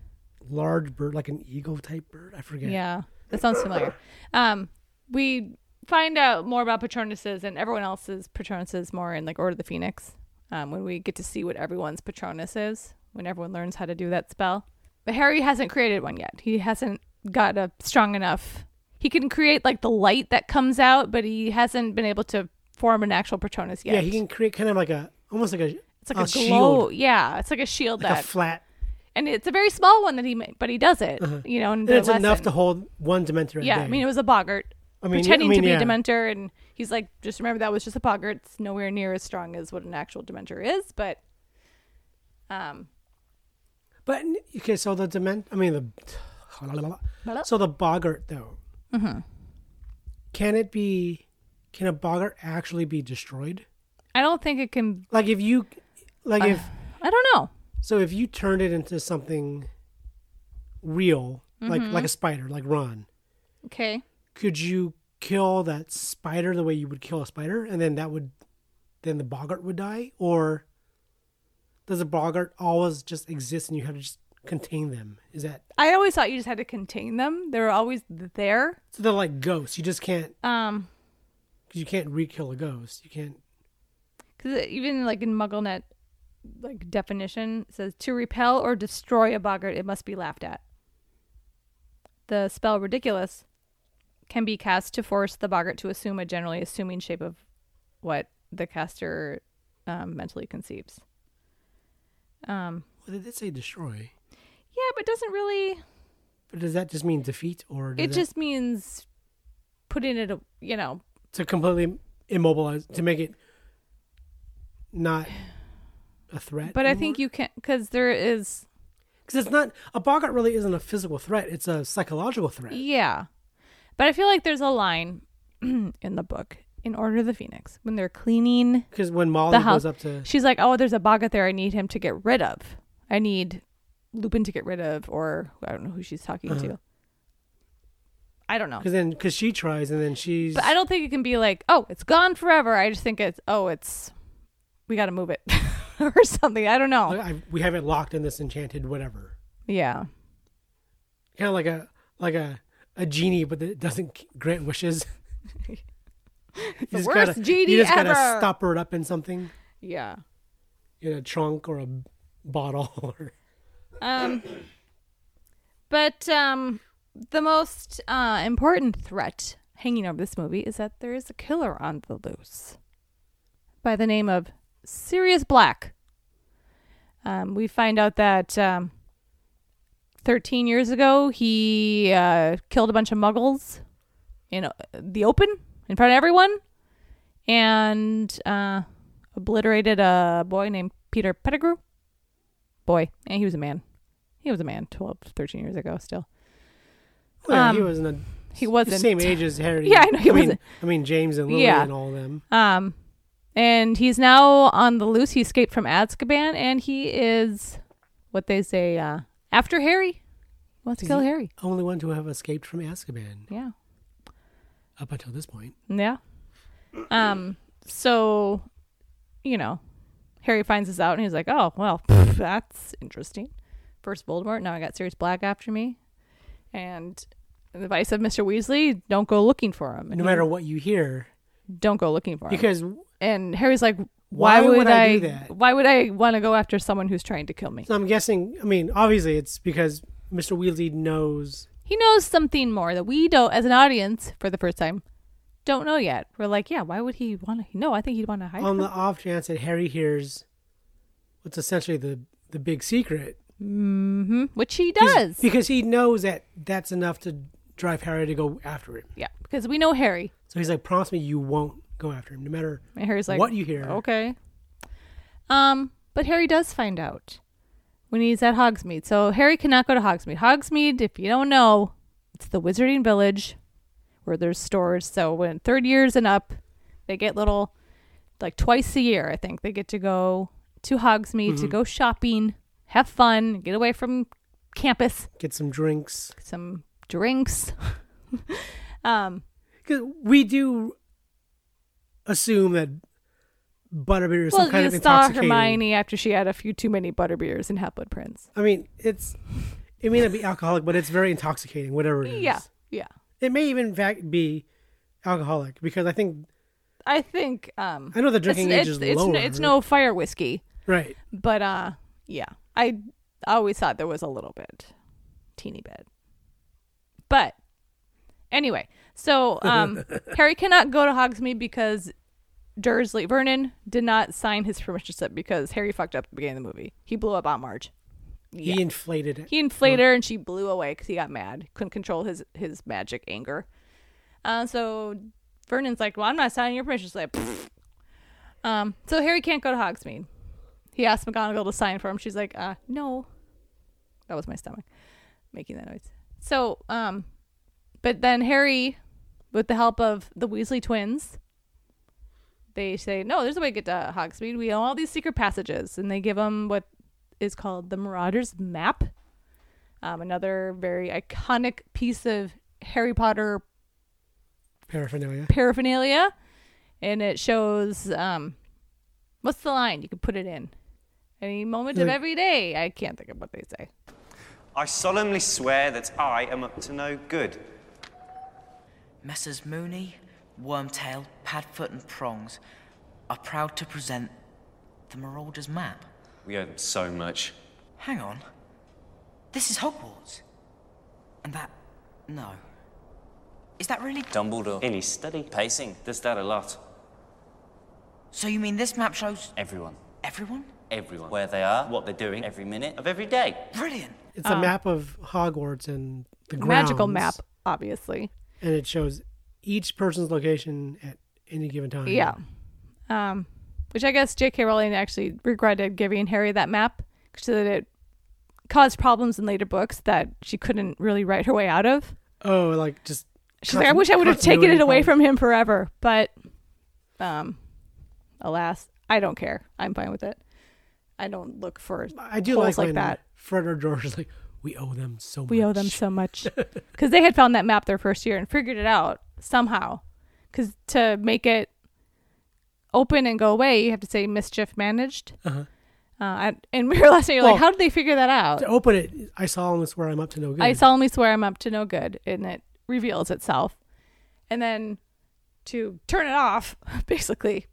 large bird, like an eagle type bird. I Yeah, forget. that sounds familiar. Um, we find out more about Patronuses and everyone else's Patronuses more in like Order of the Phoenix. Um, when we get to see what everyone's Patronus is, when everyone learns how to do that spell. But Harry hasn't created one yet. He hasn't got a strong enough. He can create like the light that comes out, but he hasn't been able to form an actual Patronus yet. yeah, he can create kind of like a almost like a it's like a, shield, glow. Yeah, it's like a shield like that a flat, and it's a very small one that he made, but he does it, you know. And Uh-huh. and it's the enough lesson. to hold one dementor. at Yeah, bay. I mean, it was a boggart I mean, pretending I mean, to be yeah. a dementor, and he's like, just remember that was just a boggart. It's nowhere near as strong as what an actual dementor is, but um, But okay, so the dement. I mean the. So the boggart though. Can it be? Can a boggart actually be destroyed? I don't think it can. Like if you, like if I don't know. so if you turned it into something real, like like a spider, like Ron, Okay, could you kill that spider the way you would kill a spider, and then that would, then the boggart would die, or does the boggart always just exist and you have to just contain them? Is that I always thought you just had to contain them. They were always there. so? They're like ghosts. You just can't Um, because you can't re-kill a ghost. You can't. because even like in MuggleNet, like definition it says to repel or destroy a boggart, it must be laughed at. The spell ridiculous can be cast to force the boggart to assume a generally assuming shape of what the caster um, mentally conceives. Um, Well, they did say destroy, yeah, but it doesn't really. but does that just mean defeat, or does It that- just means putting it, a- you know, to completely immobilize to make it not a threat? but I think you can because there is because it's not a boggart really isn't a physical threat; it's a psychological threat. Yeah. But I feel like there's a line in the book in Order of the Phoenix when they're cleaning Because when Molly the house. goes up to She's like, "Oh, there's a Boggart there. I need him to get rid of. I need Lupin to get rid of, or I don't know who she's talking to." I don't know. Because then, because she tries, and then she's. But I don't think it can be like, oh, it's gone forever. I just think it's, oh, it's, we got to move it or something. I don't know. I, we have it locked in this enchanted whatever. Yeah. Kind of like a like a a genie, but that doesn't grant wishes. The just worst gotta- genie You just gotta ever. stop her up in something, Yeah. in a trunk or a b- bottle, or Um, but um, the most uh, important threat hanging over this movie is that there is a killer on the loose by the name of Sirius Black. Um, we find out that um, 13 years ago, he uh, killed a bunch of muggles in uh, the open in front of everyone and uh, obliterated a boy named Peter Pettigrew boy and he was a man he was a man 12 13 years ago still well, he Um, was in the he wasn't same age as Harry. Yeah, I know, he I mean, wasn't. I mean James and Lily Yeah. and all them. um and he's now on the loose he escaped from azkaban and he is what they say uh after harry he wants to kill harry Only one to have escaped from Azkaban yeah up until this point. yeah um so you know harry finds this out and he's like oh well pff, that's interesting first voldemort now i got sirius black after me and the advice of mr weasley don't go looking for him and No he- matter what you hear, don't go looking for him because And Harry's like, why, would, I? do that? Why would I want to go after someone who's trying to kill me? so I'm guessing. I mean, obviously, it's because Mr. Weasley knows. He knows something more that we don't, as an audience, for the first time, don't know yet. We're like, yeah, why would he want to? No, I think he'd want to hide. On from- the off chance that Harry hears what's essentially the the big secret, Mhm. Which he 'Cause- does. because he knows that that's enough to drive Harry to go after him. yeah, because we know Harry. So he's like, "Promise me you won't go after him, no matter." And Harry's like, What you hear. Okay. Um, but Harry does find out when he's at Hogsmeade. So Harry cannot go to Hogsmeade. Hogsmeade, if you don't know, it's the Wizarding Village where there's stores. So when third years and up, they get little, like twice a year, I think they get to go to Hogsmeade Mm-hmm. to go shopping, have fun, get away from campus, Get some drinks get some drinks. um, because we do assume that Butterbeer is well, some kind you of saw intoxicating. Hermione after she had a few too many butterbeers and Half-Blood Prince. I mean, it's it may not be alcoholic, but it's very intoxicating. Whatever it is, Yeah, yeah. It may even in fact be alcoholic because I think I think um I know the drinking it's, age is it's, it's, lower. no- it's no fire whiskey, right. but uh yeah. I always thought there was a little bit. Teeny bit. But anyway, so um Harry cannot go to Hogsmeade because Dursley Vernon did not sign his permission slip because Harry fucked up at the beginning of the movie. He blew up on Marge. Yeah. He inflated it. He inflated her, and she blew away because he got mad, couldn't control his his magic anger. Uh, so Vernon's like, "Well, I'm not signing your permission slip." um, so Harry can't go to Hogsmeade. He asked McGonagall to sign for him. She's like, "Uh, no." That was my stomach making that noise. So, um, but then Harry, with the help of the Weasley twins, they say, "No, there's a way to get to Hogsmeade. We know all these secret passages," and they give him what is called the Marauder's Map. Um, another very iconic piece of Harry Potter Paraphernalia. paraphernalia, and it shows um, what's the line you could put it in any moment of Like- every day. I can't think of what they say. I solemnly swear that I am up to no good. Messrs. Mooney, Wormtail, Padfoot, and Prongs are proud to present the Marauder's map. We owe them so much. Hang on. This is Hogwarts. And that. No. Is that really. Dumbledore. In his study. Pacing. Does that a lot. So you mean this map shows Everyone. everyone? Everyone. Where they are, what they're doing, every minute of every day. Brilliant! It's a map of Hogwarts and the grounds. Uh, Magical map, obviously. and it shows each person's location at any given time. Yeah. Um, which I guess J.K. Rowling actually regretted giving Harry that map so that it caused problems in later books that she couldn't really write her way out of. Oh, like just. She's like, I wish I would have taken it away from him forever, but um, alas, I don't care. I'm fine with it. I don't look for I do holes like, when that. Fred or George is like, We owe them so much. We owe them so much because they had found that map their first year and figured it out somehow. Because to make it open and go away, you have to say mischief managed. Uh-huh. and, and we were last night, you're Well- like, how did they figure that out? To open it, I solemnly swear I'm up to no good. I solemnly swear I'm up to no good, and it reveals itself. And then to turn it off, basically,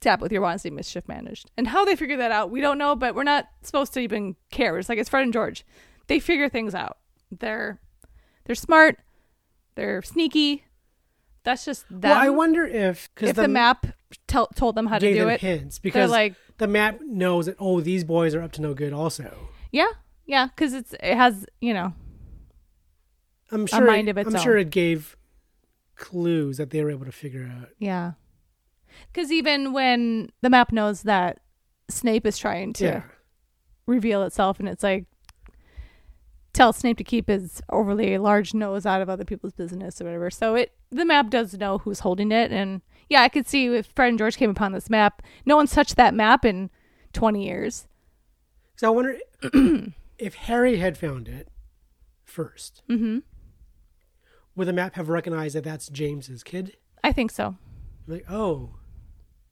tap with your wand, see mischief managed. And how they figure that out, we don't know, but we're not supposed to even care. It's like it's Fred and George. They figure things out. They're they're smart. They're sneaky. That's just them. well, I wonder if because if the, map tell, told them how to gave do them it, hints because like- the map knows that oh these boys are up to no good also. yeah, yeah, because it's it has you know I'm sure. mind it, of its I'm sure own. it gave clues that they were able to figure out. Yeah. Because even when the map knows that Snape is trying to Yeah. reveal itself, and it's like, tell Snape to keep his overly large nose out of other people's business or whatever. So it the map does know who's holding it, and yeah, I could see if Fred and George came upon this map. No one's touched that map in twenty years. So I wonder if Harry had found it 1st Mm-hmm. Would the map have recognized that that's James's kid? I think so. Like, oh,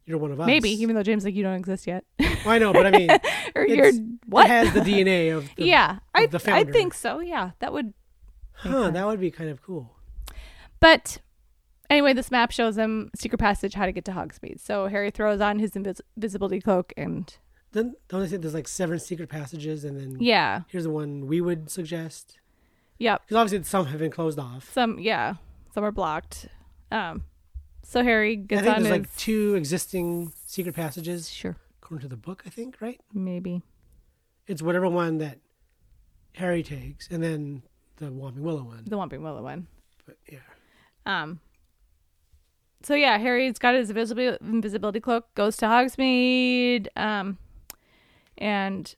you're one of us. Maybe even though James like you don't exist yet, Well, I know, but I mean, or you're it's- what? It has the DNA of the, yeah, I of the I founder. think so. Yeah, that would Huh, that would be kind of cool. But anyway, this map shows them secret passage, how to get to Hogsmeade. So Harry throws on his invis- invisibility cloak, and Then don't they say there's like seven secret passages, and then yeah, here's the one we would suggest yep, because obviously some have been closed off. some yeah, some are blocked. Um, so Harry I gets think on there's his like two existing secret passages sure, according to the book. I think right. maybe It's whatever one that Harry takes, and then the Whomping Willow one. the Whomping Willow one. But yeah, Um. So yeah, Harry's got his invisibility invisibility cloak, goes to Hogsmeade, um, and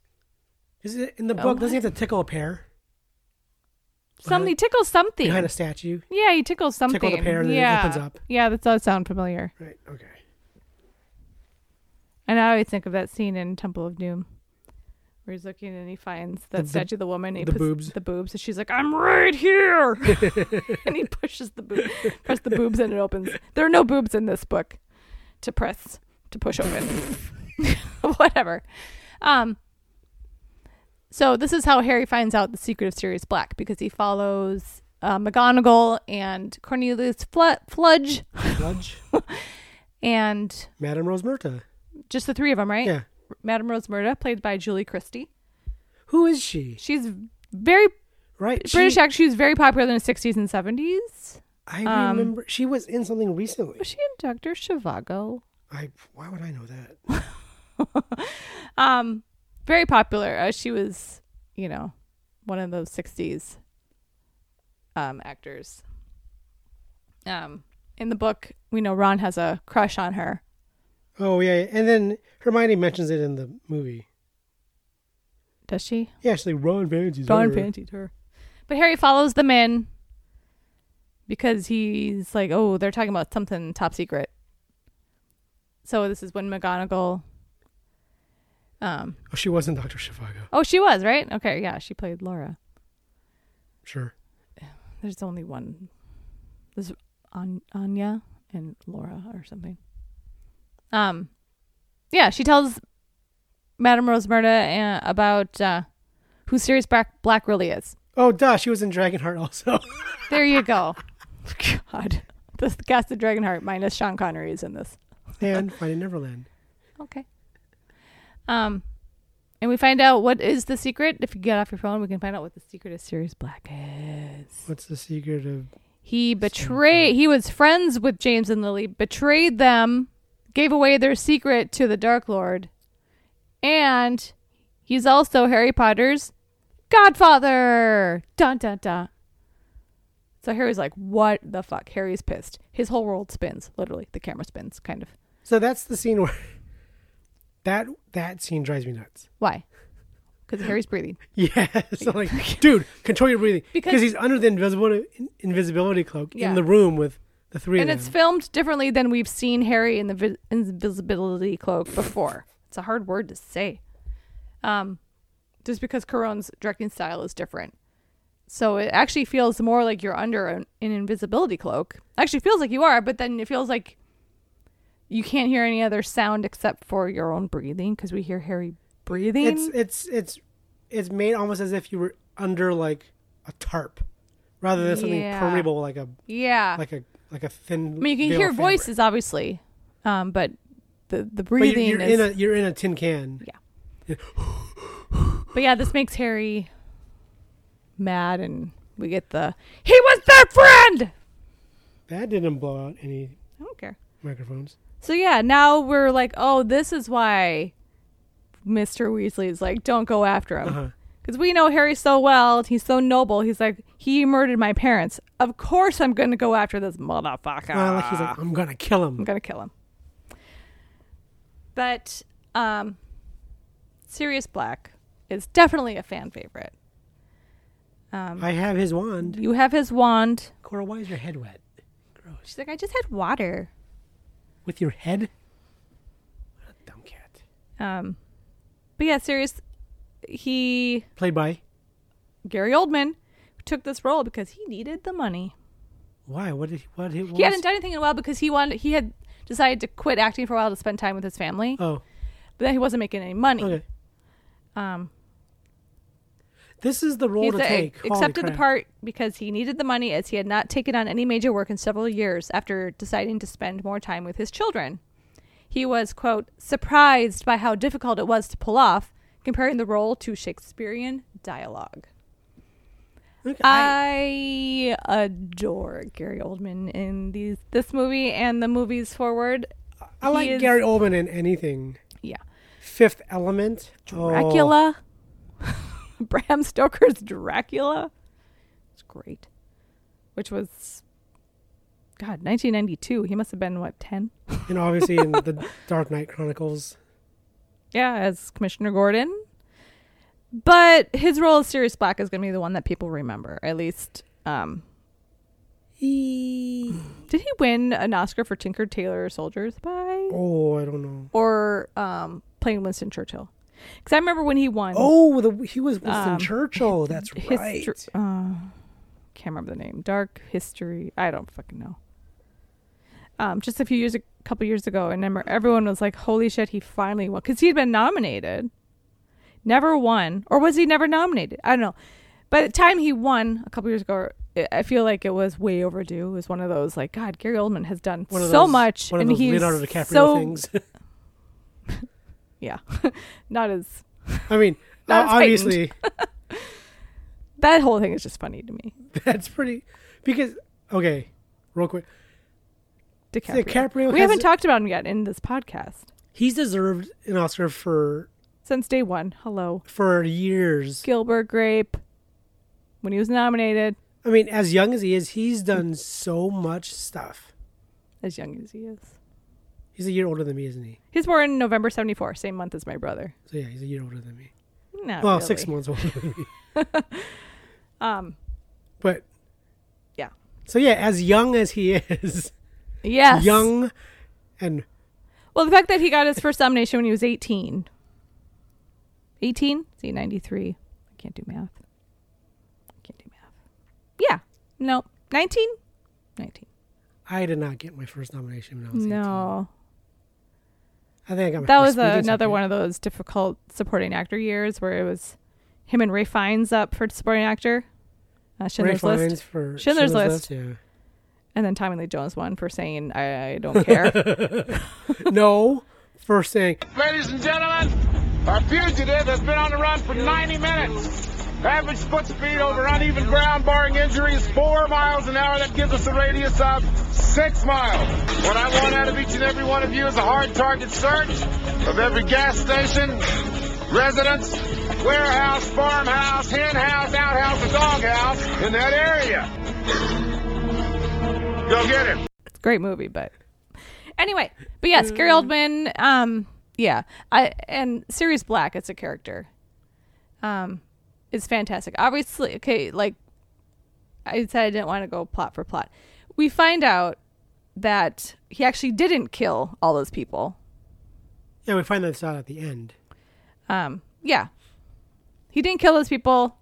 is it in the Oh book? Doesn't he have to tickle a pear something tickles something. behind a statue? yeah, he tickles something. the pear and then it yeah. opens up. Yeah, that does sound familiar. Right. Okay. And I always think of that scene in Temple of Doom where he's looking and he finds that The- the- statue of the woman. and He the puts boobs. The boobs. And she's like, I'm right here. and he pushes the boob, press the boobs and it opens. There are no boobs in this book to press, to push open. Whatever. Um, so this is how Harry finds out the secret of Sirius Black because he follows uh, McGonagall and Cornelius Fl- Fludge Sludge. and Madame Rosmerta. just the three of them, right? Yeah. Madame Rose Murda, played by Julie Christie. Who is she? She's very Right. she- British actress. She was very popular in the 60s and 70s. I um, remember she was in something recently. Was she in Dr. Shivago? I. Why would I know that? Um, very popular. Uh, she was, you know, one of those 60s um, actors. Um, in the book, we know Ron has a crush on her. Oh yeah, and then Hermione mentions it in the movie. Does she? Yeah, she's like Ron Fancy's. Ron her." fancied her. But Harry follows them in because he's like, oh, they're talking about something top secret. So this is when McGonagall. Um. Oh, she wasn't Doctor Shivago. Oh, she was right. Okay, yeah, she played Laura. Sure. There's only one. There's An- Anya and Laura or something. Um, yeah, she tells Madame Rosmerta uh, about uh, who Sirius Black, Black really is. Oh, duh. She was in Dragonheart also. There you go. God. This cast of Dragonheart minus Sean Connery is in this. and Finding Neverland. Okay. Um and we find out what is the secret. If you get off your phone, we can find out what the secret of Sirius Black is. What's the secret of? He betrayed he was friends with James and Lily, betrayed them, gave away their secret to the Dark Lord, and he's also Harry Potter's godfather. Dun dun dun. So Harry's like, what the fuck? Harry's pissed. His whole world spins, literally. The camera spins, kind of. So that's the scene where. That that scene drives me nuts. Why? Because Harry's breathing. Yeah, so like, dude, control your breathing Because- because he's under the invisibility invisibility cloak Yeah. in the room with the three And of it's them. filmed differently than we've seen Harry in the vi- invisibility cloak before. It's a hard word to say. Um, just because Caron's directing style is different. So it actually feels more like you're under an, an invisibility cloak. Actually, feels like you are, but then it feels like you can't hear any other sound except for your own breathing because we hear Harry breathing. It's it's it's it's made almost as if you were under like a tarp, rather than something Yeah. permeable like a yeah, like a like a thin. I mean you veil can hear of fabric. voices obviously, um, but the the But you're, breathing you're is. in a you're in a tin can. But yeah, this makes Harry mad, and we get the he was their friend. That didn't blow out any I don't care. microphones. So yeah, now we're like, oh, this is why Mr. Weasley is like, don't go after Uh-huh. him. Because we know Harry so well. He's so noble. He's like, he murdered my parents. Of course I'm going to go after this motherfucker. Uh, like he's Ah. like, I'm gonna kill I'm him. going to kill him. But um, Sirius Black is definitely a fan favorite. Um, I have his wand. You have his wand. Cora, why is your head wet? Gross. She's like, I just had water. With your head? What a dumb cat. Um, but yeah, Sirius, he Played by Gary Oldman took this role because he needed the money. why? What did he, what he, what He was- hadn't done anything in a while because he wanted he had decided to quit acting for a while to spend time with his family, Oh, but then he wasn't making any money. okay. Um, This is the role he to said- take. Holy accepted the crap. part because he needed the money as he had not taken on any major work in several years after deciding to spend more time with his children. He was quote surprised by how difficult it was to pull off, comparing the role to Shakespearean dialogue. Look, I, Uh, I adore Gary Oldman in these this movie and the movies forward. I like is- Gary Oldman in anything. Yeah. Fifth Element. Oh, Dracula. Bram Stoker's Dracula. It's great. Which was God, 1992. He must have been what, 10? Oh, and obviously in the Dark Knight Chronicles. Yeah, as Commissioner Gordon. But his role as Sirius Black is going to be the one that people remember, at least um Did he win an Oscar for Tinker Tailor Soldiers by Oh, I don't know. or um, playing Winston Churchill. Because I remember when he won. Oh, the, he was Winston Um, Churchill. That's his- right. uh, can't remember the name. Dark History. I don't fucking know. Um, just a few years, a couple years ago, and I remember everyone was like, "Holy shit, he finally won!" Because he had been nominated, never won, or was he never nominated? I don't know. By the time he won a couple years ago, I- I feel like it was way overdue. It was one of those like, God, Gary Oldman has done One of so those- much, One and of those he's Leonardo DiCaprio so things. yeah, not as I mean, Not uh, as obviously that whole thing is just funny to me. that's pretty because okay, real quick. DiCaprio. DiCaprio we has- haven't talked about him yet in this podcast He's deserved an Oscar for since day one. Hello, for years. Gilbert Grape. When he was nominated, I mean, as young as he is, he's done so much stuff. as young as he is, He's a year older than me, isn't he? he was born in November '74, same month as my brother. So yeah, he's a year older than me. Not well, really. six months older than me. Um, But yeah, so yeah, as young as he is, yes, young and Well, the fact that he got his first nomination when he was 18. 18? See, 93. I can't do math. I can't do math. Yeah. No. 19? 19. I did not get my first nomination when I was 18. No. I think I got my that first was speaking another circuit. one of those difficult supporting actor years where it was him and Ray Fiennes up for supporting actor. Uh, Ray Schindler's Fiennes List. for Schindler's List. List, And then Tommy Lee Jones won for saying, I, I don't care. yeah. no, for saying Ladies and gentlemen, a fugitive has been on the run for 90 minutes. Average foot speed over uneven ground, barring injuries, four miles an hour. That gives us a radius of six miles. What I want out of each and every one of you is a hard target search of every gas station, residence, warehouse, farmhouse, hen house, outhouse, and doghouse in that area. Go get him. great movie, but anyway, but yes, Gary Oldman. Um, yeah, I and Sirius Black as a character, um, is fantastic. Obviously, okay, like I said, I didn't want to go plot for plot. We find out that he actually didn't kill all those people. yeah, we find this out at the end. Um, yeah, He didn't kill those people.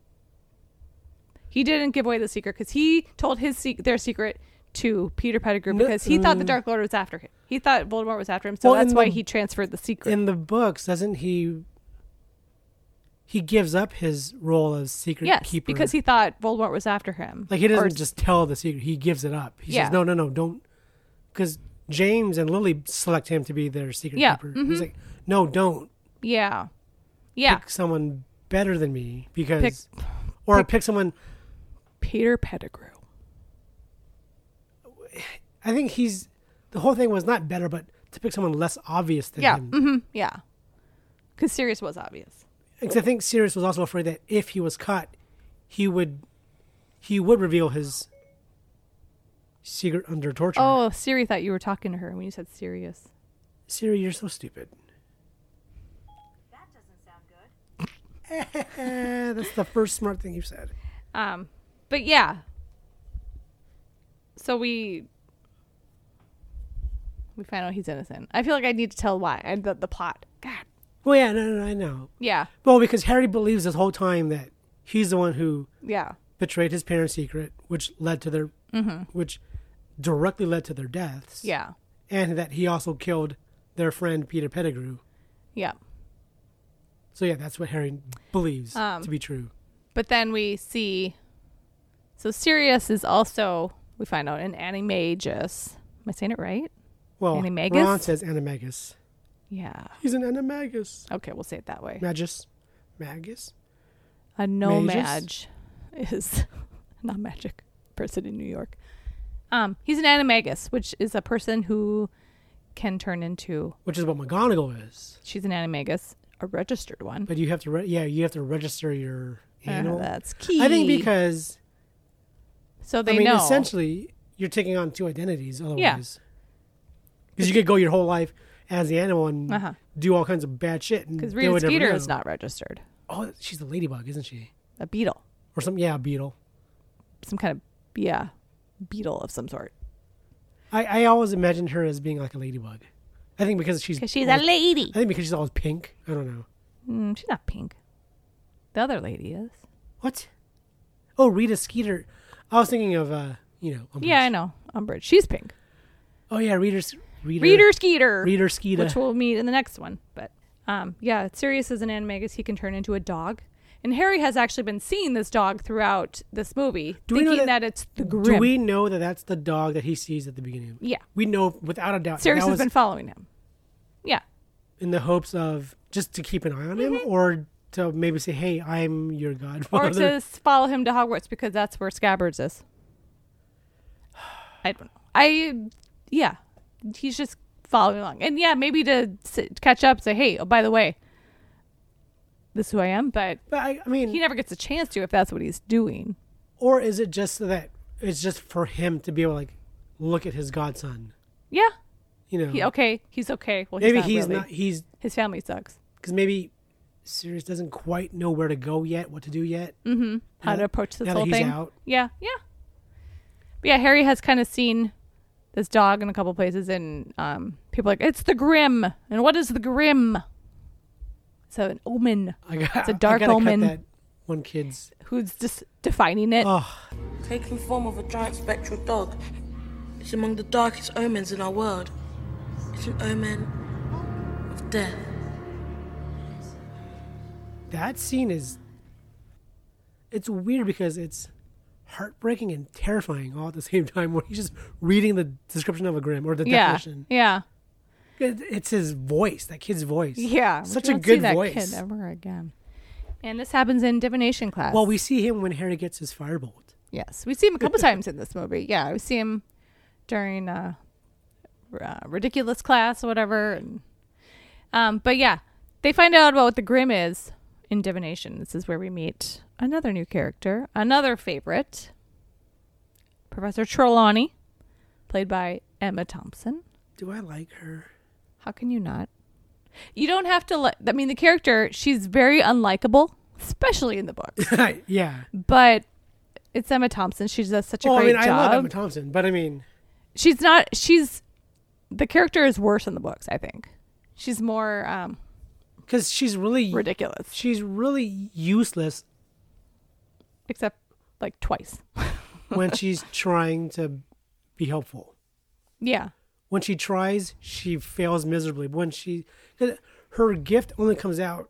He didn't give away the secret because he told his se- their secret to Peter Pettigrew because he thought the Dark Lord was after him. He thought Voldemort was after him, so mm. Well, that's in why the- he transferred the secret. in the books, doesn't he? He gives up his role as secret yes, keeper because he thought Voldemort was after him. like he doesn't Or- just tell the secret. He gives it up. He Yeah. says, "No, no, no, don't," because James and Lily select him to be their secret Yeah, keeper. He's like, "No, don't yeah, yeah. pick someone better than me because, or pick, someone." Peter Pettigrew. I think he's the whole thing was not better, but to pick someone less obvious than Yeah, him. hmm yeah. Because Sirius was obvious. Because I think Sirius was also afraid that if he was caught, he would he would reveal his secret under torture. Oh, Siri thought you were talking to her when you said Sirius. Siri, you're so stupid. That doesn't sound good. Eh, that's the first smart thing you said. Um, but yeah. So we we find out he's innocent. I feel like I need to tell why and the, the plot. God, Well, yeah, no, no, no, I know. yeah, Well, because Harry believes this whole time that he's the one who yeah, betrayed his parents' secret, which led to their, which directly led to their deaths. yeah, and that he also killed their friend Peter Pettigrew. yeah. So yeah, that's what Harry believes Um, to be true. But then we see. So Sirius is also we find out an animagus. Am I saying it right? Well, Animagus? Ron says animagus. Yeah. He's an animagus. Okay, we'll say it that way. Magus, magus. A nomad is not magic person in New York. Um, he's an animagus, which is a person who can turn into. which is what McGonagall is. She's an animagus, a registered one. But you have to, re- yeah, you have to register your Uh, animal. that's key. I think because so they I mean, know. essentially, you're taking on two identities Yeah. otherwise. Because you could go your whole life as the animal and Uh-huh. do all kinds of bad shit. because Because Rita Skeeter is not registered, Oh, she's a ladybug, isn't she? a beetle, Or some yeah, a beetle. some kind of yeah, beetle of some sort. I, I always imagined her as being like a ladybug. I think because she's Because she's a always- lady. I think because she's always pink. I don't know Mm, she's not pink. The other lady is. what. Oh, Rita Skeeter. I was thinking of uh, you know. Umbridge. Yeah, I know. Umbridge. She's pink. Oh yeah, readers. Reader, Reader Skeeter. Reader Skeeter. which we'll meet in the next one. But um, yeah, Sirius is an animagus. He can turn into a dog. And Harry has actually been seeing this dog throughout this movie, Do we know thinking that- that, it's the Grim. Do we know that that's the dog that he sees at the beginning? Yeah. We know without a doubt. Sirius that has was been following him. Yeah. in the hopes of just to keep an eye on him, or to maybe say, "Hey, I'm your Mm-hmm. Or godfather." to s- follow him to Hogwarts because that's where Scabbards is. I don't know. I, yeah. He's just following along. And yeah, maybe to sit, catch up, say, hey, oh, by the way, this is who I am. But but I, I mean, he never gets a chance to if that's what he's doing. or is it just that it's just for him to be able to like look at his godson? Yeah. You know, He, okay, he's okay. Well, maybe Hmm. he's not he's really. not. He's His family sucks. because maybe Sirius doesn't quite know where to go yet, what to do yet. How Now- to approach this now that whole he's thing? out. Yeah, yeah, but yeah. Harry has kind of seen this dog in a couple places, and um, people are like it's the Grim. And what is the Grim? So an omen I got, it's a dark omen. Cut that one kid's. who's just defining Oh, it. taking form of a giant spectral dog. It's among the darkest omens in our world. It's an omen of death. That scene is. It's weird because it's heartbreaking and terrifying all at the same time. Where he's just reading the description of a grim or the yeah, definition. yeah, It, it's his voice, that kid's voice. yeah. We such a don't see good that voice. Kid ever again. And this happens in divination class. Well, we see him when Harry gets his firebolt. Yes, we see him a couple times in this movie. Yeah, we see him during uh, r- uh, ridiculous class or whatever. And, um, but yeah, they find out about what the Grim is in divination. This is where we meet another new character, another favorite, Professor Trelawney, played by Emma Thompson. Do I like her? How can you not? You don't have to. Li- I mean, the character she's very unlikable, especially in the books. yeah. but it's Emma Thompson. She does such a Well, Oh, I great mean, job I love Emma Thompson, but I mean, she's not she's the character is worse in the books i think she's more um because she's really Ridiculous. she's really useless Except like twice. when she's trying to be helpful. yeah. When she tries, she fails miserably. When she 'cause her gift only comes out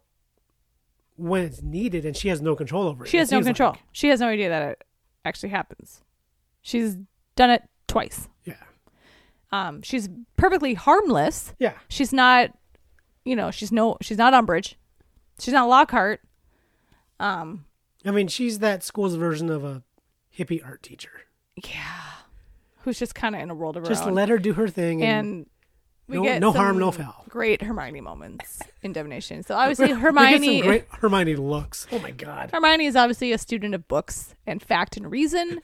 when it's needed, and she has no control over it. She it has no seems like. control. She has no idea that it actually happens. She's done it twice. Yeah, Um, she's perfectly harmless. yeah. She's not, you know, she's no, she's not Umbridge. She's not Lockhart. Um, I mean, she's that school's version of a hippie art teacher. who's just kind of in a world of her Just own. let her do her thing, and, and we No- get no harm, some no foul. Great Hermione moments in divination. So obviously we get Hermione some great Hermione looks. Oh my god. Hermione is obviously a student of books and fact and reason,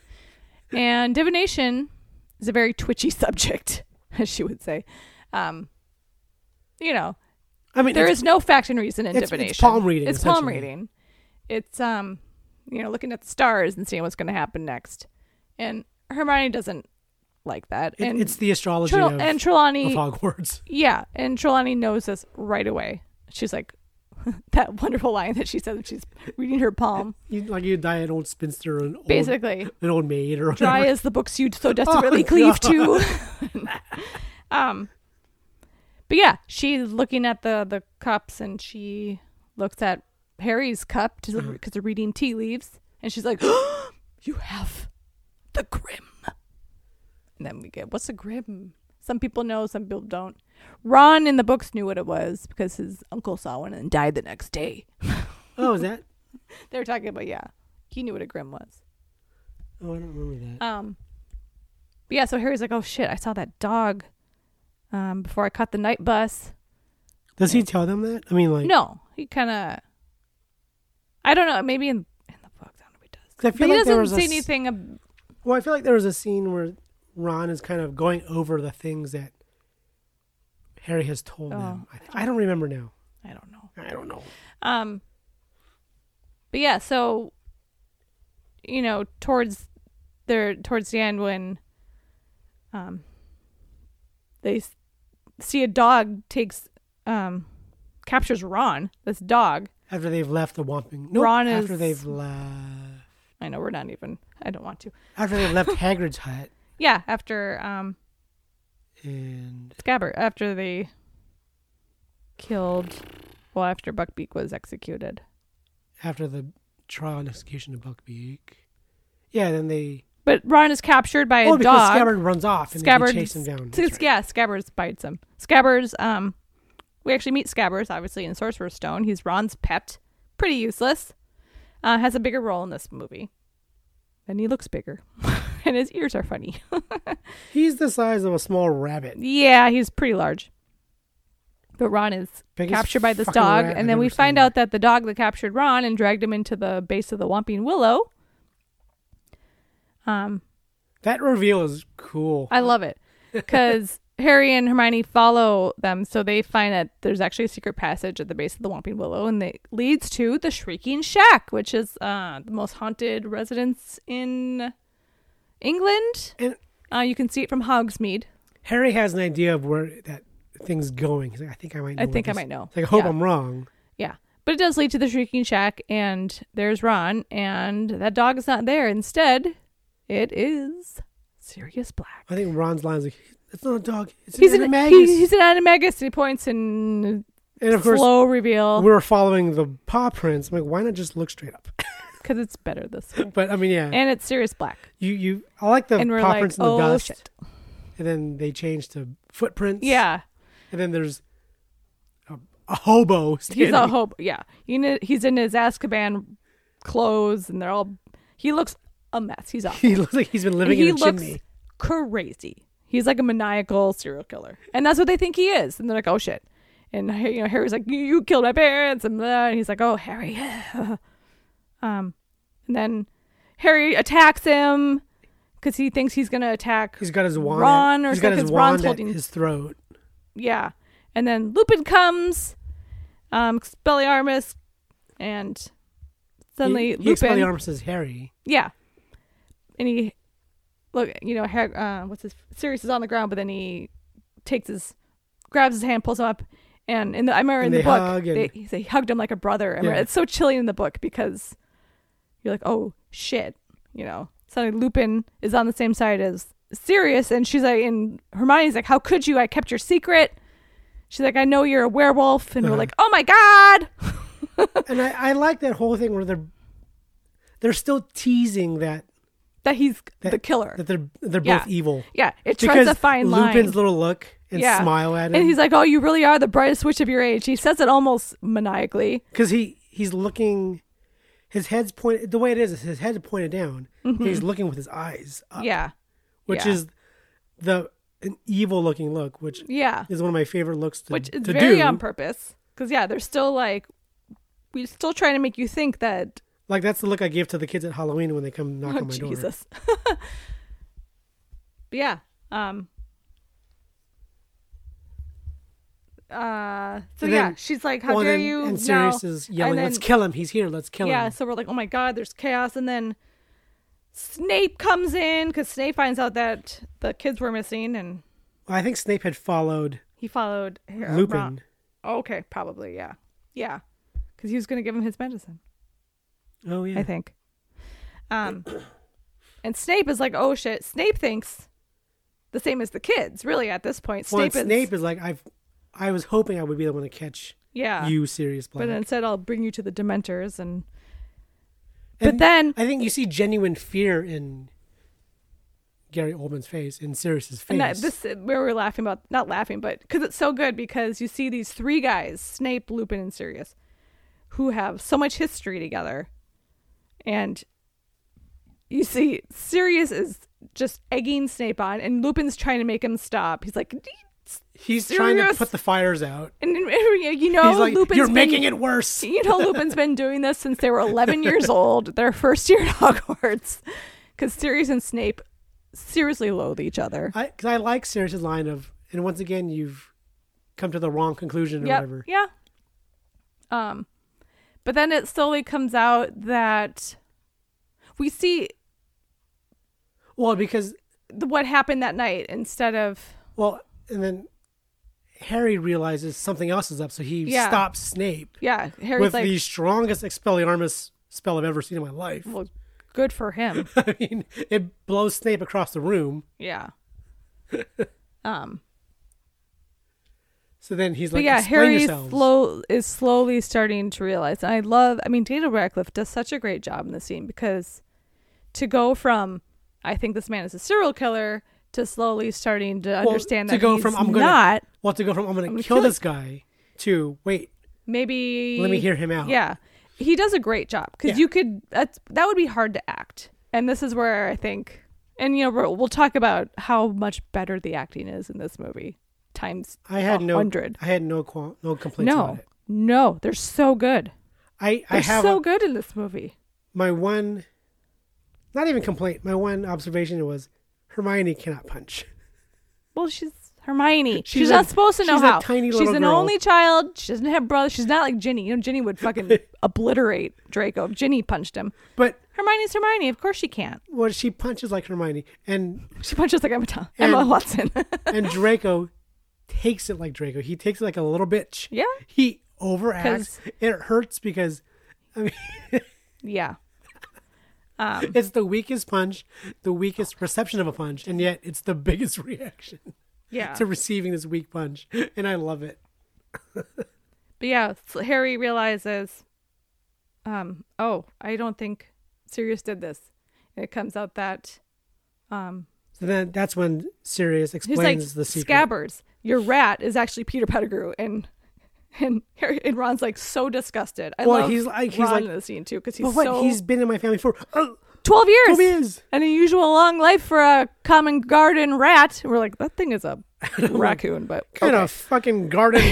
and divination is a very twitchy subject, as she would say. Um, you know, I mean, there it's- is no fact and reason in it's- it's divination. palm reading, It's palm essentially. reading. It's um, you know, looking at the stars and seeing what's going to happen next. And Hermione doesn't like that. it- and it's the astrology Trel- of, and of Trelawney Hogwarts. yeah, and Trelawney knows this right away. She's like that wonderful line that she said when she's reading her palm. You, like you die an old spinster, or an old, Basically, an old maid, or dry whatever. as the books you so desperately Oh, cleave to. um, but yeah, she's looking at the the cups and she looks at Harry's cup because they're reading tea leaves, and she's like, "You have the grim." And then we get what's a grim? Some people know, some people don't. Ron in the books knew what it was because his uncle saw one and died the next day. Oh, is that? They were talking about yeah, he knew what a grim was. Oh, I don't remember that. Um, but yeah, so Harry's like, "Oh shit, I saw that dog um, before I caught the night bus." Does he tell them that? I mean, like, No, he kind of. I don't know. Maybe in, in the book, I don't know if he does. 'cause I But feel he like there doesn't was say a, s- anything. Ab- Well, I feel like there was a scene where Ron is kind of going over the things that Harry has told Oh, them. I, I don't remember now. I don't know. I don't know. Um, but yeah, so you know, towards their towards the end when um they s- see a dog takes um captures Ron, this dog, After they've left the Whomping, nope, Ron after is- they've left, I know we're not even. I don't want to. after they've left Hagrid's hut, Yeah, after um and Scabbard, after they killed, well, after Buckbeak was executed. after the trial and execution of Buckbeak, yeah, then they But Ron is captured by a oh because dog. Scabbard runs off and Scabbard they chase him down. s- That's right. Yeah, Scabbard bites him. Scabbard's um, we actually meet Scabbard's obviously in Sorcerer's Stone. He's Ron's pet. Pretty useless. Uh, has a bigger role in this movie, and he looks bigger, and his ears are funny. He's the size of a small rabbit. Yeah, he's pretty large. But Ron is Biggest captured by this fucking dog, rat I've and then we ever find seen. out that the dog that captured Ron and dragged him into the base of the Whomping Willow. Um, That reveal is cool. I love it because Harry and Hermione follow them, so they find that there's actually a secret passage at the base of the Whomping Willow, and it leads to the Shrieking Shack, which is uh, the most haunted residence in England. And- uh, you can see it from Hogsmeade. Harry has an idea of where that thing's going. He's like, I think I might. Know I where think I this-" might know. It's Like I hope Yeah. I'm wrong. Yeah. But it does lead to the Shrieking Shack, and there's Ron, and that dog is not there. Instead, it is Sirius Black. I think Ron's line's like, "It's not a dog. It's He's an an, animagus." he, he's an animagus. He points and and of course, slow reveal we were following the paw prints. I'm like, why not just look straight up? because it's better this way. But I mean, yeah, And it's Sirius Black. you you. I like the and we're paw like, prints in the oh, dust, shit. and then they change to footprints. Yeah. and then there's a, a hobo. He's Standing. a hope. Yeah. You know, he's in his Azkaban clothes, and they're all. He looks a mess. He's awful. He looks like he's been living he in a looks chimney. crazy. He's like a maniacal serial killer, and that's what they think he is. And they're like, "Oh shit!" And you know, Harry's like, "You, you killed my parents," and, blah. and he's like, "Oh, Harry." um, and then Harry attacks him because he thinks he's gonna attack. He's got his wand. Ron at, or he's got something, his 'cause wand Ron's at holding- his throat. yeah, and then Lupin comes, um, Expelliarmus, and suddenly he, he Lupin. Expelliarmus is Harry. Yeah. And he, look, you know, Har- uh, what's his, Sirius is on the ground, but then he takes his, grabs his hand, pulls him up, And in the, I remember in And the they book, hug and- they, they hugged him like a brother. I remember- Yeah. It's so chilling in the book because you're like, oh shit, you know. Suddenly Lupin is on the same side as Sirius, and she's like, and Hermione's like, how could you? I kept your secret. She's like, I know you're a werewolf, and we're Uh-huh. like, oh my god. and I, I like that whole thing where they're they're still teasing that that he's that the killer. that they're they're Yeah. both evil. yeah, it because treads a fine line. Lupin's little look and smile at him, and he's like, "Oh, you really are the brightest witch of your age." He says it almost maniacally. because he he's looking, his head's pointed the way it is. is His head's pointed down, and he's looking with his eyes up, Mm-hmm. yeah, which yeah. is the an evil looking look, which yeah, is one of my favorite looks to, which is to very do. on purpose because yeah, they're still like, we're still trying to make you think that. like that's the look I give to the kids at Halloween when they come knock Oh on my door. Jesus. But yeah. Um. Uh. So And yeah, then- she's like, "How Well, dare and, you?" And No. Sirius is And yelling, then- "Let's kill him! He's here! Let's kill yeah him!" so we're like oh my god there's chaos and then snape comes in because snape finds out that the kids were missing and I think Snape had followed he followed her Lupin. around. okay probably yeah yeah because he was going to give him his medicine Oh yeah, i think um and snape is like oh shit snape thinks the same as the kids really at this point Well, snape and is Snape is like I've, I was hoping I would be the one to catch yeah you, Sirius Black. Ah. but instead i'll bring you to the dementors and And but then I think you see genuine fear in Gary Oldman's face, in Sirius's face. And that, this where we're laughing about not laughing, but because it's so good because you see these three guys, Snape, Lupin, and Sirius, who have so much history together, and you see Sirius is just egging Snape on, and Lupin's trying to make him stop. He's like, "Dee-" He's trying to Sirius- put the fires out. and, and- and you know, He's like, Lupin's "You're been- making it worse." you know, Lupin's been doing this since they were 11 years old, their first year at Hogwarts, because Sirius and Snape seriously loathe each other. I, cause I like Sirius's line of, and once again, you've come to the wrong conclusion or Yep. whatever. Yeah. Um, but then it slowly comes out that we see Well, because the, what happened that night instead of well, and then Harry realizes something else is up, so he Yeah. stops Snape yeah. Harry's with like, the strongest Expelliarmus spell I've ever seen in my life. well, good for him. I mean, it blows Snape across the room. yeah. Um, So then he's but like, yeah, "Explain Harry yourselves." slow is slowly starting to realize, and I love. I mean, Daniel Radcliffe does such a great job in the scene because to go from I think this man is a serial killer to slowly starting to Well, understand to that go he's from I'm gonna not. well to go from I'm gonna, gonna kill, kill this guy to wait maybe Let me hear him out. yeah he does a great job because Yeah. you could that's, that would be hard to act and this is where i think and you know we'll, we'll talk about how much better the acting is in this movie times I had no 100 I had no qual- no complaints about no it. no they're so good I I they're have so a- good in this movie my one not even complaint. My one observation was Hermione cannot punch. well she's hermione she's, She's a- not supposed to know she's a how tiny she's little an girl. only child she doesn't have brothers she's not like ginny you know ginny would fucking obliterate draco if ginny punched him But hermione's hermione of course she can't well, she punches like Hermione, and she punches like emma, Tom- emma And- watson and Draco takes it like Draco. He takes it like a little bitch. Yeah. He overacts. 'Cause- It hurts because Yeah. it's the weakest punch, the weakest reception of a punch, and yet it's the biggest reaction Yeah. to receiving this weak punch. And I love it. but yeah, so Harry realizes, um, oh, I don't think Sirius did this. And it comes out that um, So then that's when Sirius he's explains like, the secret. Scabbers, your rat is actually Peter Pettigrew. And and Harry and Ron's like so disgusted. I Well, love he's like- he's Ron like, in the scene too because he's But what? so he's been in my family for oh, twelve years. 12 years. An unusual long life for a common garden rat. And we're like that thing is a raccoon, but kind okay. of fucking gardens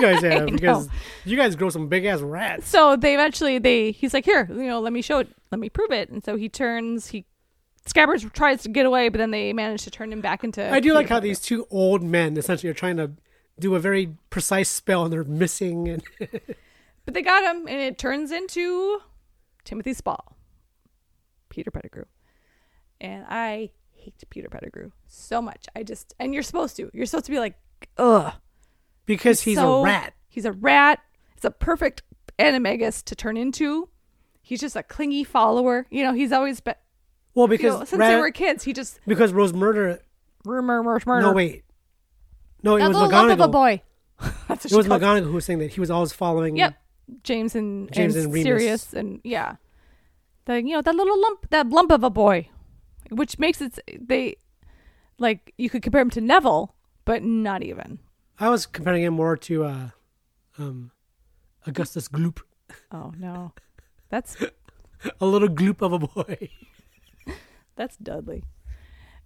guys have because you guys grow some big ass rats. so they eventually they he's like here you know let me show it let me prove it and so he turns he scabbers tries to get away but then they manage to turn him back into I do like how these two old men essentially are trying to do a very precise spell and they're missing and but they got him and it turns into timothy spall peter pettigrew and i hate peter pettigrew so much i just and you're supposed to you're supposed to be like ugh because he's so a rat. He's a rat. It's a perfect animagus to turn into. He's just a clingy follower. You know, he's always been. Well, You because know, since they Rat- were kids, he just because Rose murder. rumor, murder, murder. No wait, no, it that was little lump of a McGonagall. boy. That's what It she was calls- McGonagall who was saying that he was always following. Yep, James and James and, and Remus. Sirius and yeah, the you know that little lump, that lump of a boy, which makes it they like you could compare him to Neville, but not even. I was comparing him more to uh, um, Augustus Gloop, Oh no, that's a little gloop of a boy. That's Dudley.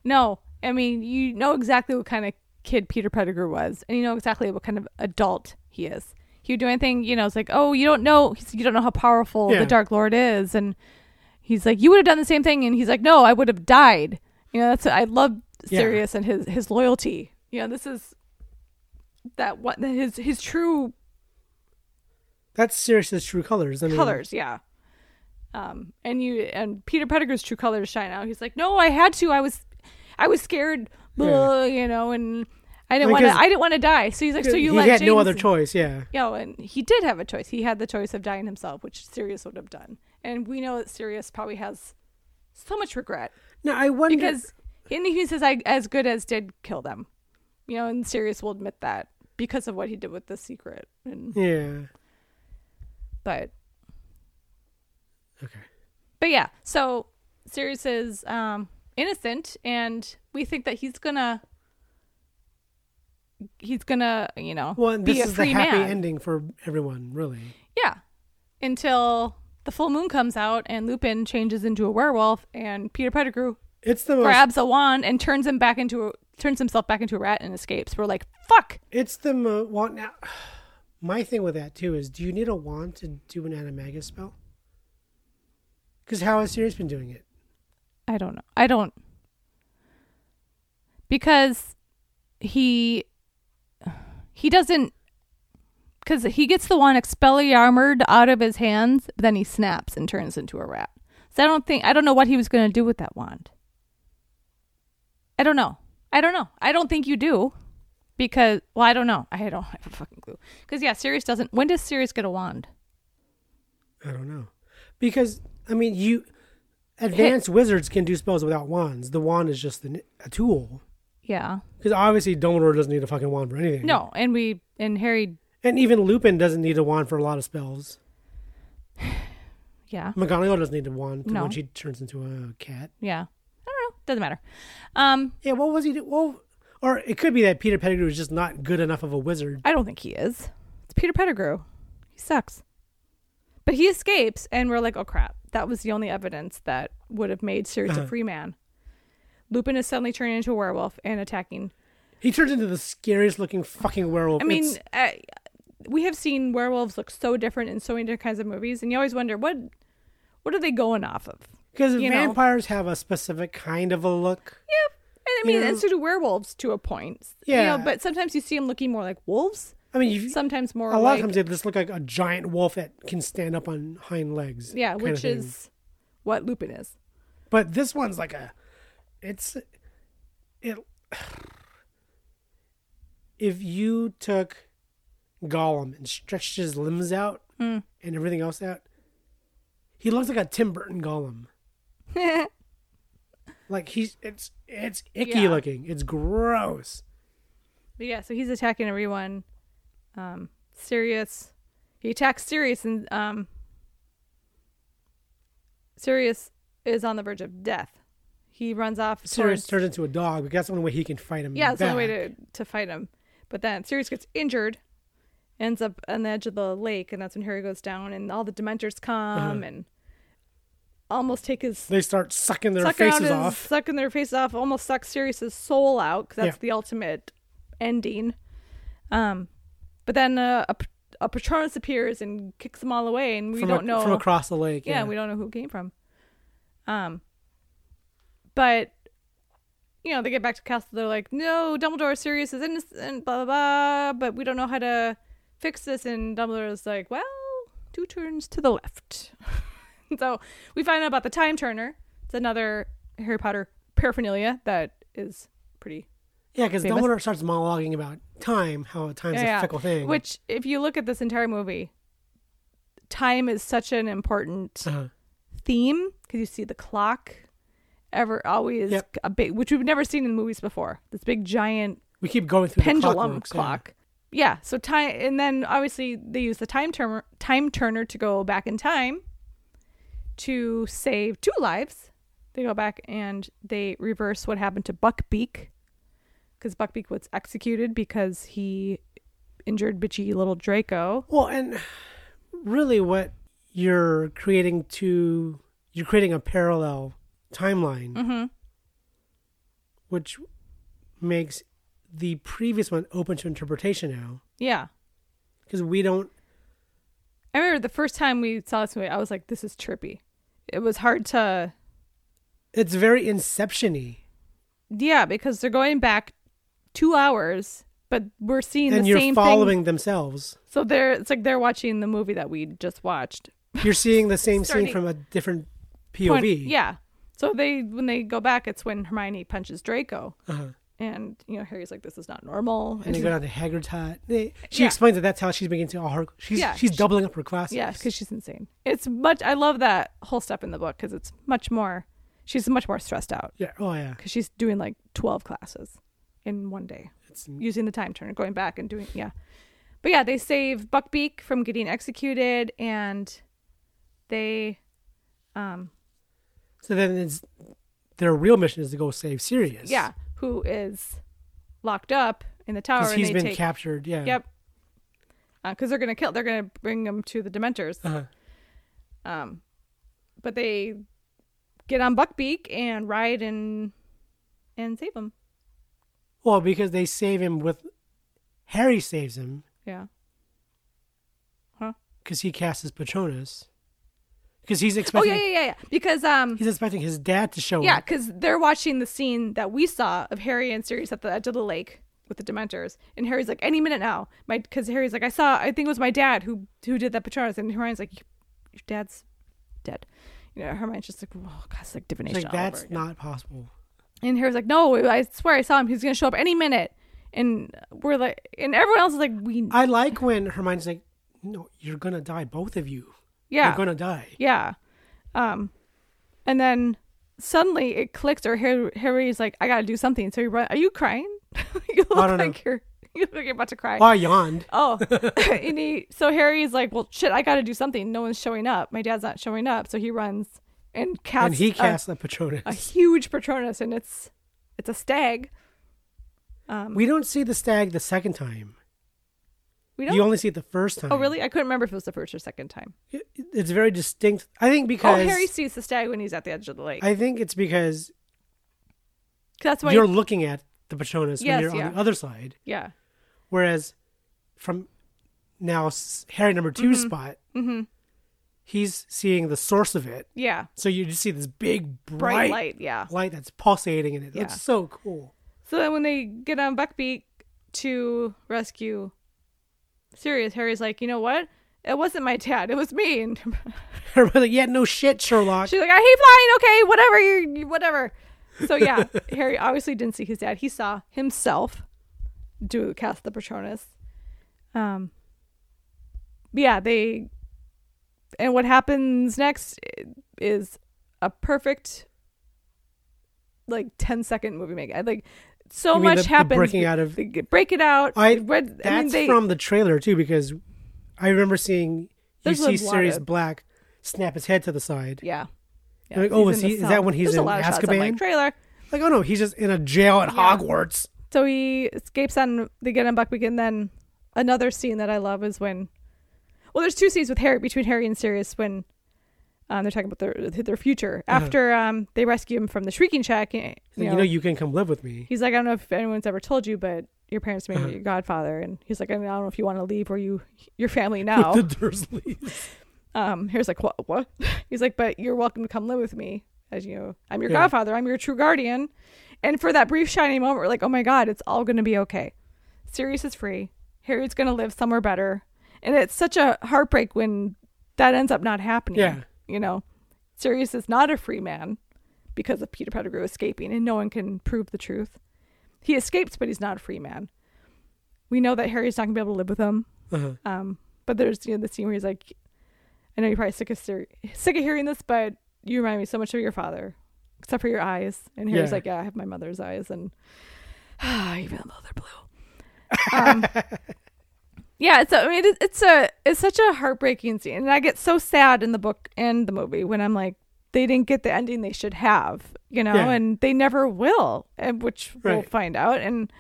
No, I mean you know exactly what kind of kid Peter Pettigrew was, and you know exactly what kind of adult he is. He would do anything, you know. It's like, oh, you don't know, he's- you don't know how powerful Yeah. the Dark Lord is, and he's like, you would have done the same thing, and he's like, no, I would have died. You know, that's I love Yeah. Sirius and his his loyalty. You know, this is that what his his true That's Sirius's true colors. I mean, colors, yeah. Um, and you and Peter Pettigrew's true colors shine out. He's like, no, I had to. I was, I was scared, blah, you know, and I didn't want to. Because- I didn't want to die. So he's like, so you he let had no James- other choice. Yeah, Yeah, and he did have a choice. He had the choice of dying himself, which Sirius would have done. And we know that Sirius probably has so much regret no, I wonder because and he says, "I as good as did kill them," you know, and Sirius will admit that because of what he did with the secret. And Yeah. but Okay. But yeah, so Sirius is um, innocent, and we think that he's gonna, he's gonna, you know, Well, and be this a is the free happy man. ending for everyone, really. Yeah, until the full moon comes out and Lupin changes into a werewolf, and Peter Pettigrew It's the most. grabs a wand and turns him back into a, turns himself back into a rat and escapes. We're like, fuck. It's the mo- well, now, my thing with that too is, do you need a wand to do an animagus spell? Because how has Sirius been doing it? I don't know. I don't because he he doesn't because he gets the one expelliarmured out of his hands, but then he snaps and turns into a rat. So I don't think I don't know what he was going to do with that wand. I don't know. I don't know. I don't think you do because well, I don't know. I don't have a fucking clue. Because yeah, Sirius doesn't. When does Sirius get a wand? I don't know. Because I mean, you advanced wizards can do spells without wands. The wand is just an, a tool. Yeah. Because obviously, Dumbledore doesn't need a fucking wand for anything. No, and we and Harry. and even Lupin doesn't need a wand for a lot of spells. Yeah. McGonagall doesn't need a wand No. when she turns into a cat. Yeah. I don't know. Doesn't matter. Um, Yeah, what was he? Do- well, or it could be that Peter Pettigrew is just not good enough of a wizard. I don't think he is. It's Peter Pettigrew. He sucks. But he escapes, and we're like, oh crap. That was the only evidence that would have made Sirius Uh-huh. a free man. Lupin is suddenly turning into a werewolf and attacking. He turns into the scariest looking fucking werewolf. I mean, It's- uh, we have seen werewolves look so different in so many different kinds of movies, and you always wonder what what are they going off of? Because you know. vampires have a specific kind of a look. Yeah, and I mean, You know- and so do werewolves to a point. Yeah. you know, but sometimes you see them looking more like wolves. I mean, you, Sometimes more a lot like, of times they just look like a giant wolf that can stand up on hind legs. Yeah, kind of which thing. is what Lupin is. But this one's like a, it's, it. If you took Gollum and stretched his limbs out Hmm. and everything else out, he looks like a Tim Burton Gollum. Like he's it's it's icky Yeah. looking. It's gross. But yeah, so he's attacking everyone. Um, Sirius, he attacks Sirius, and um, Sirius is on the verge of death. He runs off. Sirius towards, turns into a dog because that's the only way he can fight him. yeah, it's the only way back. to to fight him. But then Sirius gets injured, ends up on the edge of the lake, and that's when Harry goes down, and all the Dementors Uh-huh. come and almost take his They start sucking their sucking out faces his, off. sucking their faces off, almost sucks Sirius's soul out 'cause that's Yeah. the ultimate ending. Um, but then uh, a, a Patronus appears and kicks them all away, and we from don't a- know from across the lake. yeah, we don't know who it came from. Um, but you know, they get back to castle. They're like, "No, Dumbledore, Sirius is innocent." Blah blah blah. But we don't know how to fix this. And Dumbledore's like, "Well, two turns to the left." so we find out about the time turner. It's another Harry Potter paraphernalia that is pretty Yeah, because Famous- Dumbledore starts monologuing about time, how time's a fickle thing. Which, if you look at this entire movie, time is such an important Uh-huh. theme because you see the clock ever always Yep. a big, which we've never seen in movies before. This big giant we keep going through pendulum the clock. clockworks, yeah. Yeah. So time, and then obviously they use the time turner, time turner to go back in time to save two lives. They go back and they reverse what happened to Buckbeak, because Buckbeak was executed because he injured bitchy little Draco. Well, and really, what you're creating to you're creating a parallel timeline, Mm-hmm. which makes the previous one open to interpretation now Yeah. because we don't. I remember the first time we saw this movie, I was like, "This is trippy." It was hard to It's very inception-y. Yeah, because they're going back two hours, but we're seeing and the you're same following thing. themselves. So they're it's like they're watching the movie that we just watched. You're seeing the same Starting- scene from a different POV. Point- yeah. So they when they go back, it's when Hermione punches Draco, Uh-huh. and you know Harry's like, "This is not normal." And they go down to Hagrid's hut. They- She Yeah. explains that that's how she's beginning to all her. She's Yeah, she's she- doubling up her classes. yeah, because she's insane. It's much. I love that whole step in the book because it's much more. She's much more stressed out yeah. Oh yeah. because she's doing like twelve classes in one day. It's using the time turner, going back and doing yeah. But yeah, they save Buckbeak from getting executed, and they So then it's their real mission is to go save Sirius. yeah, who is locked up in the tower? Because And he's they been take, captured. Yeah. Yep. Because they're gonna kill. They're gonna bring him to the Dementors. Uh-huh. Um, but they get on Buckbeak and ride and and save him. Well, because they save him with Harry saves him Yeah. because he casts his Patronus because he's Oh expecting yeah, yeah, yeah, yeah. Because um, he's expecting his dad to show Yeah, up. because they're watching the scene that we saw of Harry and Sirius at the edge of the lake with the Dementors, and Harry's like, "Any minute now," my because Harry's like, "I saw, I think it was my dad who who did that Patronus," and Hermione's like, "Your dad's dead," you know. Hermione's just like, "Whoa, God, it's like divination." It's all like over that's again." not possible. And Harry's like, "No, I swear I saw him. He's gonna show up any minute." And we're like, and everyone else is like, "We, I like when Hermione's like, "No, you're gonna die, both of you. yeah, You're gonna die." Yeah. Um, and then suddenly it clicks, or Harry, Harry's like, I gotta do something. So he run. Are you crying? you look don't know. like you're you look like you're about to cry. Oh, I yawned. Oh, and he so Harry's like, well, shit, I gotta do something. No one's showing up. My dad's not showing up, so he runs and casts and he a- casts a Patronus. a, huge Patronus, and it's it's a stag. um, we don't see the stag the second time. We don't. You only see it the first time. oh, really? I couldn't remember if it was the first or second time. It- It's very distinct. I think Oh, because Harry sees the stag when he's at the edge of the lake. I think it's because 'Cause that's why. you're looking at the Patronus Yes, when you're yeah. on the other side. yeah. Whereas from now s- Harry number 2 Mm-hmm. spot, he's seeing the source of it. Yeah. So you just see this big Bright bright, light. Yeah. light that's pulsating in it. Yeah. It's so cool. So then when they get on Buckbeak to rescue Sirius, Harry's like, you know what? It wasn't my dad. It was me. And Everybody's like, yeah, no shit, Sherlock. she's like, I hate flying. Okay, whatever. You, you whatever. So yeah, Harry obviously didn't see his dad. He saw himself do cast the Patronus. Um. Yeah, they. And what happens next is a perfect, like 10 second movie make. I like so You mean much the- the happens. breaking out of- They get- break it out. I, read. that's from the trailer too, because I remember seeing you There's a see lot Sirius of- Black snap his head to the side. yeah. Yeah, You're like, he's oh, in is the he- is cell. that when he's There's a in lot of shots on, like, Azkaban? trailer. Like, oh no, he's just in a jail at Hogwarts. So he escapes on they get on Buckbeak, and then another scene that I love is when, well, there's two scenes with Harry between Harry and Sirius when um, they're talking about their their future after um, they rescue him from the Shrieking Shack. eh, You Like, Uh-huh. you know, you can come live with me. he's like, I don't know if anyone's ever told you, but your parents made Uh-huh. me your godfather, and he's like, I, mean, I don't know if you want to leave or you your family now. The Dursleys. um, Harry's like, what? What? He's like, but you're welcome to come live with me. As you know, I'm your Yeah. godfather. I'm your true guardian. And for that brief shiny moment, we're like, oh my god, it's all gonna be okay. Sirius is free. Harry's gonna live somewhere better. And it's such a heartbreak when that ends up not happening. Yeah. You know, Sirius is not a free man because of Peter Pettigrew escaping, and no one can prove the truth. He escapes, but he's not a free man. We know that Harry's not gonna be able to live with him. Uh-huh. Um, but there's you know the scene where he's like, "I know you're probably sick of ser- sick of hearing this, but you remind me so much of your father, except for your eyes." And Harry's Yeah. like, "Yeah, I have my mother's eyes, and even though they're blue." Um, Yeah, it's a, I mean, it, it's a it's such a heartbreaking scene, and I get so sad in the book and the movie when I'm like, they didn't get the ending they should have, you know, Yeah. and they never will, and which we'll Right. find out. And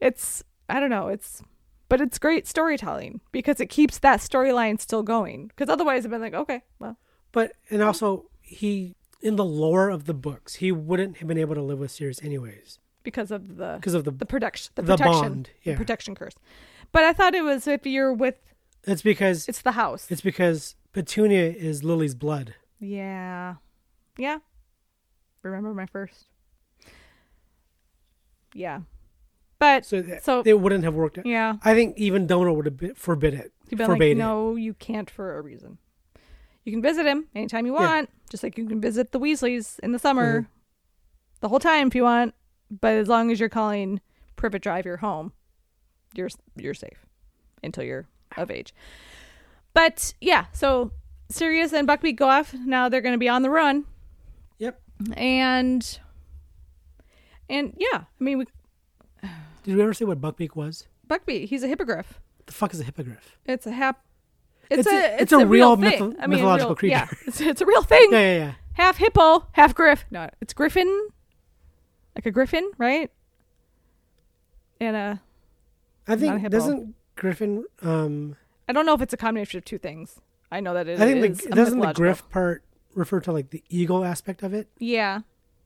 it's I don't know, it's but it's great storytelling because it keeps that storyline still going. Because otherwise, I've been like, okay, well, But and also he in the lore of the books, he wouldn't have been able to live with Sirius anyways because of the because of the. the production, the, the protection, bond, the yeah. protection curse. But I thought it was if you're with it's because it's, it's the house, because Petunia is Lily's blood. Yeah. Yeah. Remember my first. Yeah. But So, so, th- it wouldn't have worked out. yeah. I think even Domino would have been- forbid it. you've been like, forbade it. no, you can't for a reason. You can visit him anytime you Yeah. Mm-hmm. want, just like you can visit the Weasleys in the summer the whole time if you want, but as long as you're calling Privet Drive your home, you're you're safe until you're of age. But yeah, so Sirius and Buckbeak go off. Now they're going to be on the run. Yep. and and yeah, I mean, we, Did we ever say what Buckbeak was? Buckby, he's a hippogriff. What the fuck is a hippogriff? It's a hap. It's, It's a, a- it's, it's a, a real, real thing. mytho- I mean, mythological real- Yeah, creature. it's, it's a real thing. Yeah, yeah, yeah. Half hippo, half griff. No, it's griffin, like a griffin, right? And uh, I a think hippo. doesn't Griffin. Um, I don't know if it's a combination of two things. I know that it is. I think the, a doesn't the mythological- griff part refer to like the eagle aspect of it? Yeah,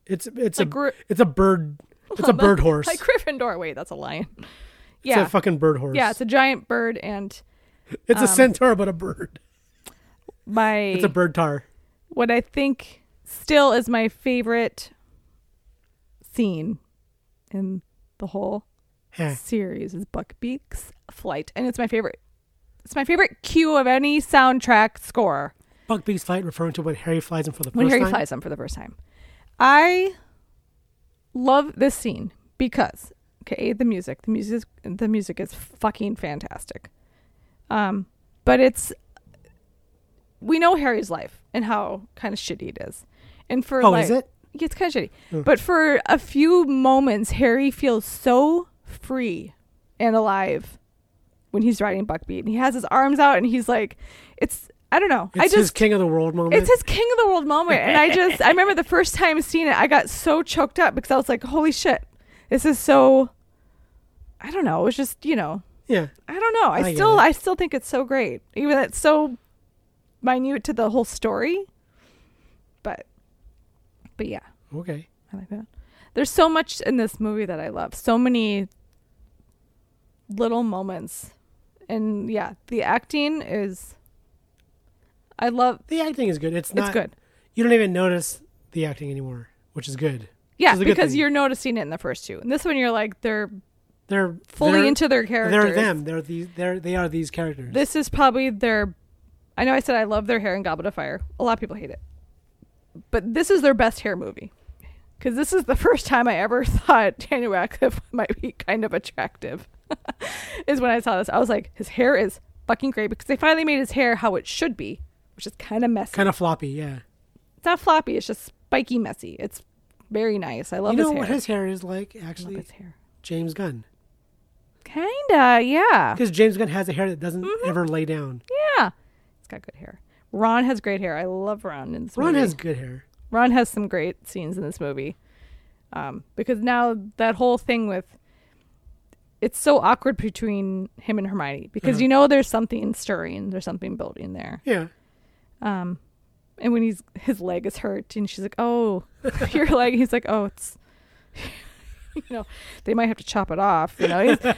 It's it's Like a gri- it's a bird. It's a bird horse. like Gryffindor. Wait, that's a lion. It's Yeah, a fucking bird horse. yeah, it's a um, giant bird, and It's a centaur, but a bird. my It's a bird tar. what I think still is my favorite scene in the whole Huh. series is Buckbeak's flight, and it's my favorite. It's my favorite cue of any soundtrack score Buckbeak's flight, referring to when Harry flies in for the when first Harry time. flies them for the first time. I love this scene because okay, A, the music, the music, the music is fucking fantastic. Um, but it's we know Harry's life and how kind of shitty it is, and for Oh, like, is it? Yeah, It's kind of shitty, but for a few moments, Harry feels so free and alive when he's riding Buckbeat, and he has his arms out, and he's like, "It's I don't know, It's I just his king of the world moment. it's his king of the world moment. And I just, I remember the first time seeing it, I got so choked up because I was like, holy shit, this is so, I don't know. It was just, you know, yeah. I don't know. I, I get still, it. I still think it's so great. Even though it's so minute to the whole story. But, but yeah, Okay. I like that. There's so much in this movie that I love. So many little moments. And yeah, the acting is, I love, The acting is good. It's not. it's good. You don't even notice the acting anymore, which is good. Yeah, Which is a good because thing. you're noticing it in the first two. And this one, you're like, they're they're fully they're- into their They're characters. them. They're these. They're they are these characters. This is probably their. I know I said I love their hair in Goblet of Fire. A lot of people hate it, but this is their best hair movie because this is the first time I ever thought Daniel Radcliffe might be kind of attractive. is when I saw this, I was like, his hair is fucking great because they finally made his hair how it should be, which is kind of messy. kind of floppy. Yeah. it's not floppy. It's just spiky messy. It's very nice. I love You know his hair. what his hair is like? I love Actually, his hair. James Gunn. Kinda, yeah. Because James Gunn has a hair that doesn't Mm-hmm. ever lay down. Yeah. He's got good hair. Ron has great hair. I love Ron in this Ron movie. has good hair. Ron has some great scenes in this movie. Um, because now that whole thing with it's so awkward between him and Hermione because Uh-huh. you know there's something stirring, there's something building there. Yeah. And when he's his leg is hurt and she's like, "Oh, your leg." He's like, "Oh, it's you know, they might have to chop it off." You know, he's so,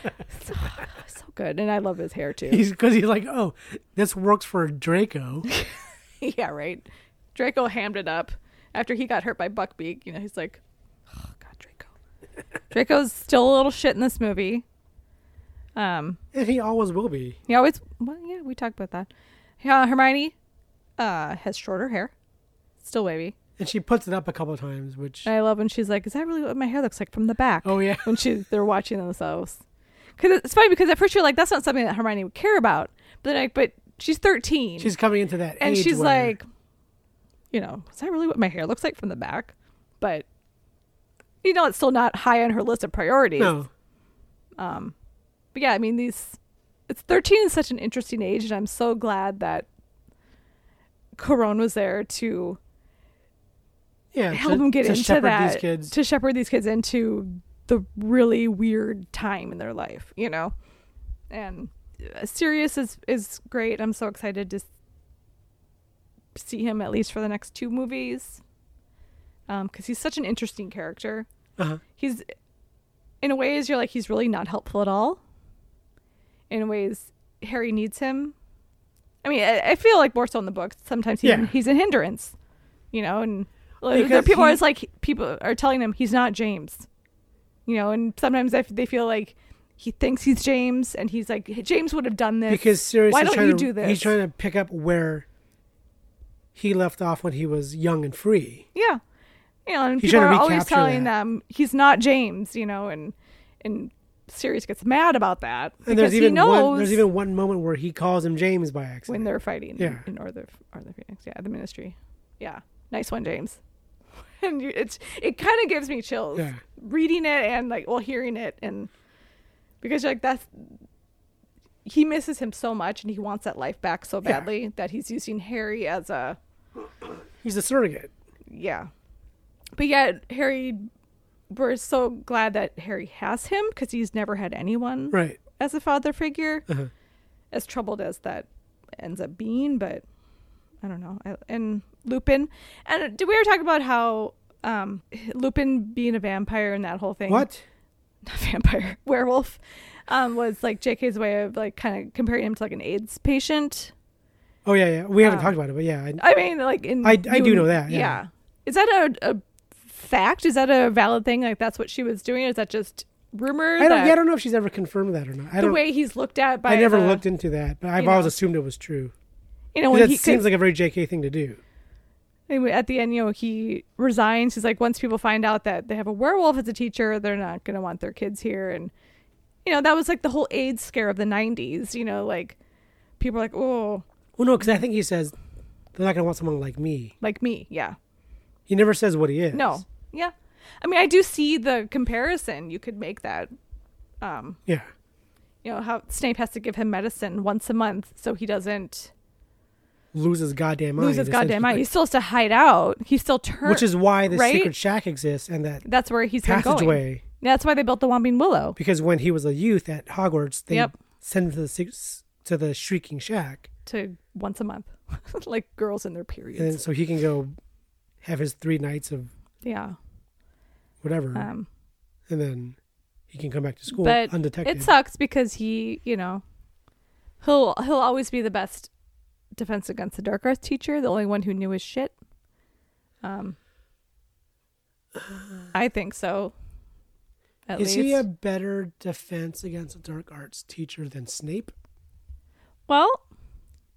so good, and I love his hair too. He's because he's like, oh, this works for Draco. yeah, right. Draco hammed it up after he got hurt by Buckbeak. You know, he's like, oh, God, Draco. Draco's still a little shit in this movie. Um, and he always will be. he always, well, yeah, we talked about that. Yeah, Hermione uh, has shorter hair, still wavy. And she puts it up a couple times, which I love when she's like, "Is that really what my hair looks like from the back?" Oh, yeah. When she they're watching themselves, because it's funny because at first you're like, "That's not something that Hermione would care about," but then I, but she's 13, she's coming into that and age she's where- like, "You know, is that really what my hair looks like from the back?" But you know, it's still not high on her list of priorities. no, But yeah, I mean, these it's 13 is such an interesting age, and I'm so glad that Corone was there to yeah, help to, them get to into shepherd that These kids. to shepherd these kids into the really weird time in their life you know and uh, Sirius is is great I'm so excited to s- see him at least for the next two movies um because he's such an interesting character Uh-huh. he's in ways you're like he's really not helpful at all in ways Harry needs him I mean I, I feel like more so in the books sometimes he's, Yeah. he's a hindrance you know, and like, there are Because people he- are like people are telling him he's not James, you know, and sometimes I f- they feel like he thinks he's James, and he's like "Hey, James would have done this because seriously, Why don't trying you to, do this? He's trying to pick up where he left off when he was young and free. yeah, you know, and He's people trying are to always recapture telling that. them he's not James, you know, and and Sirius gets mad about that And because there's even he knows one. There's even one moment where he calls him James by accident. when they're fighting Yeah. in Arthur, Arthur Phoenix. Yeah, the Ministry. Yeah, nice one, James. and you, it's it kind of gives me chills Yeah. reading it and like well hearing it and because you're like that's he misses him so much and he wants that life back so badly that he's using Harry as a he's a surrogate. yeah. But yet Harry, we're so glad that Harry has him because he's never had anyone Right. as a father figure, Uh-huh. as troubled as that ends up being. But I don't know. I, and Lupin, and did we were talking about how um, Lupin being a vampire and that whole thing? What? Not vampire, werewolf, um, was like J.K.'s way of like kind of comparing him to like an AIDS patient. Oh yeah, yeah. We haven't talked about it, but yeah, I, Uh, I mean, like in I- I do know that, yeah. Is that a, a fact? Is that a valid thing? Like that's what she was doing? Or is that just rumor? I don't. that Yeah, I don't know if she's ever confirmed that or not. I the don't. way he's looked at by I never the- looked into that, but I've you always know. assumed it was true. You know, when That he seems could- like a very JK thing to do. Anyway, at the end, you know, he resigns. He's like, once people find out that they have a werewolf as a teacher, they're not going to want their kids here. And, you know, that was like the whole AIDS scare of the 90s. You know, like people are like, oh, Well, no, because I think he says they're not going to want someone like me. like me. Yeah. He never says what he is. No. Yeah. I mean, I do see the comparison. You could make that, Yeah. you know, how Snape has to give him medicine once a month so he doesn't Loses goddamn mind. lose his goddamn mind. essentially. He still has to hide out. He still turns. Which is why the right? secret shack exists and that That's where he's been going. passageway. That's why they built the Whomping Willow. Because when he was a youth at Hogwarts, they Yep. send him to the sec- to the shrieking shack, to once a month, like girls in their and then, periods. so he can go have his three nights of yeah. whatever, Um, and then he can come back to school but undetected. it sucks because he, you know, he'll he'll always be the best defense against the dark arts teacher, the only one who knew his shit. Um, I think so. At Is least. he a better defense against the dark arts teacher than Snape? Well,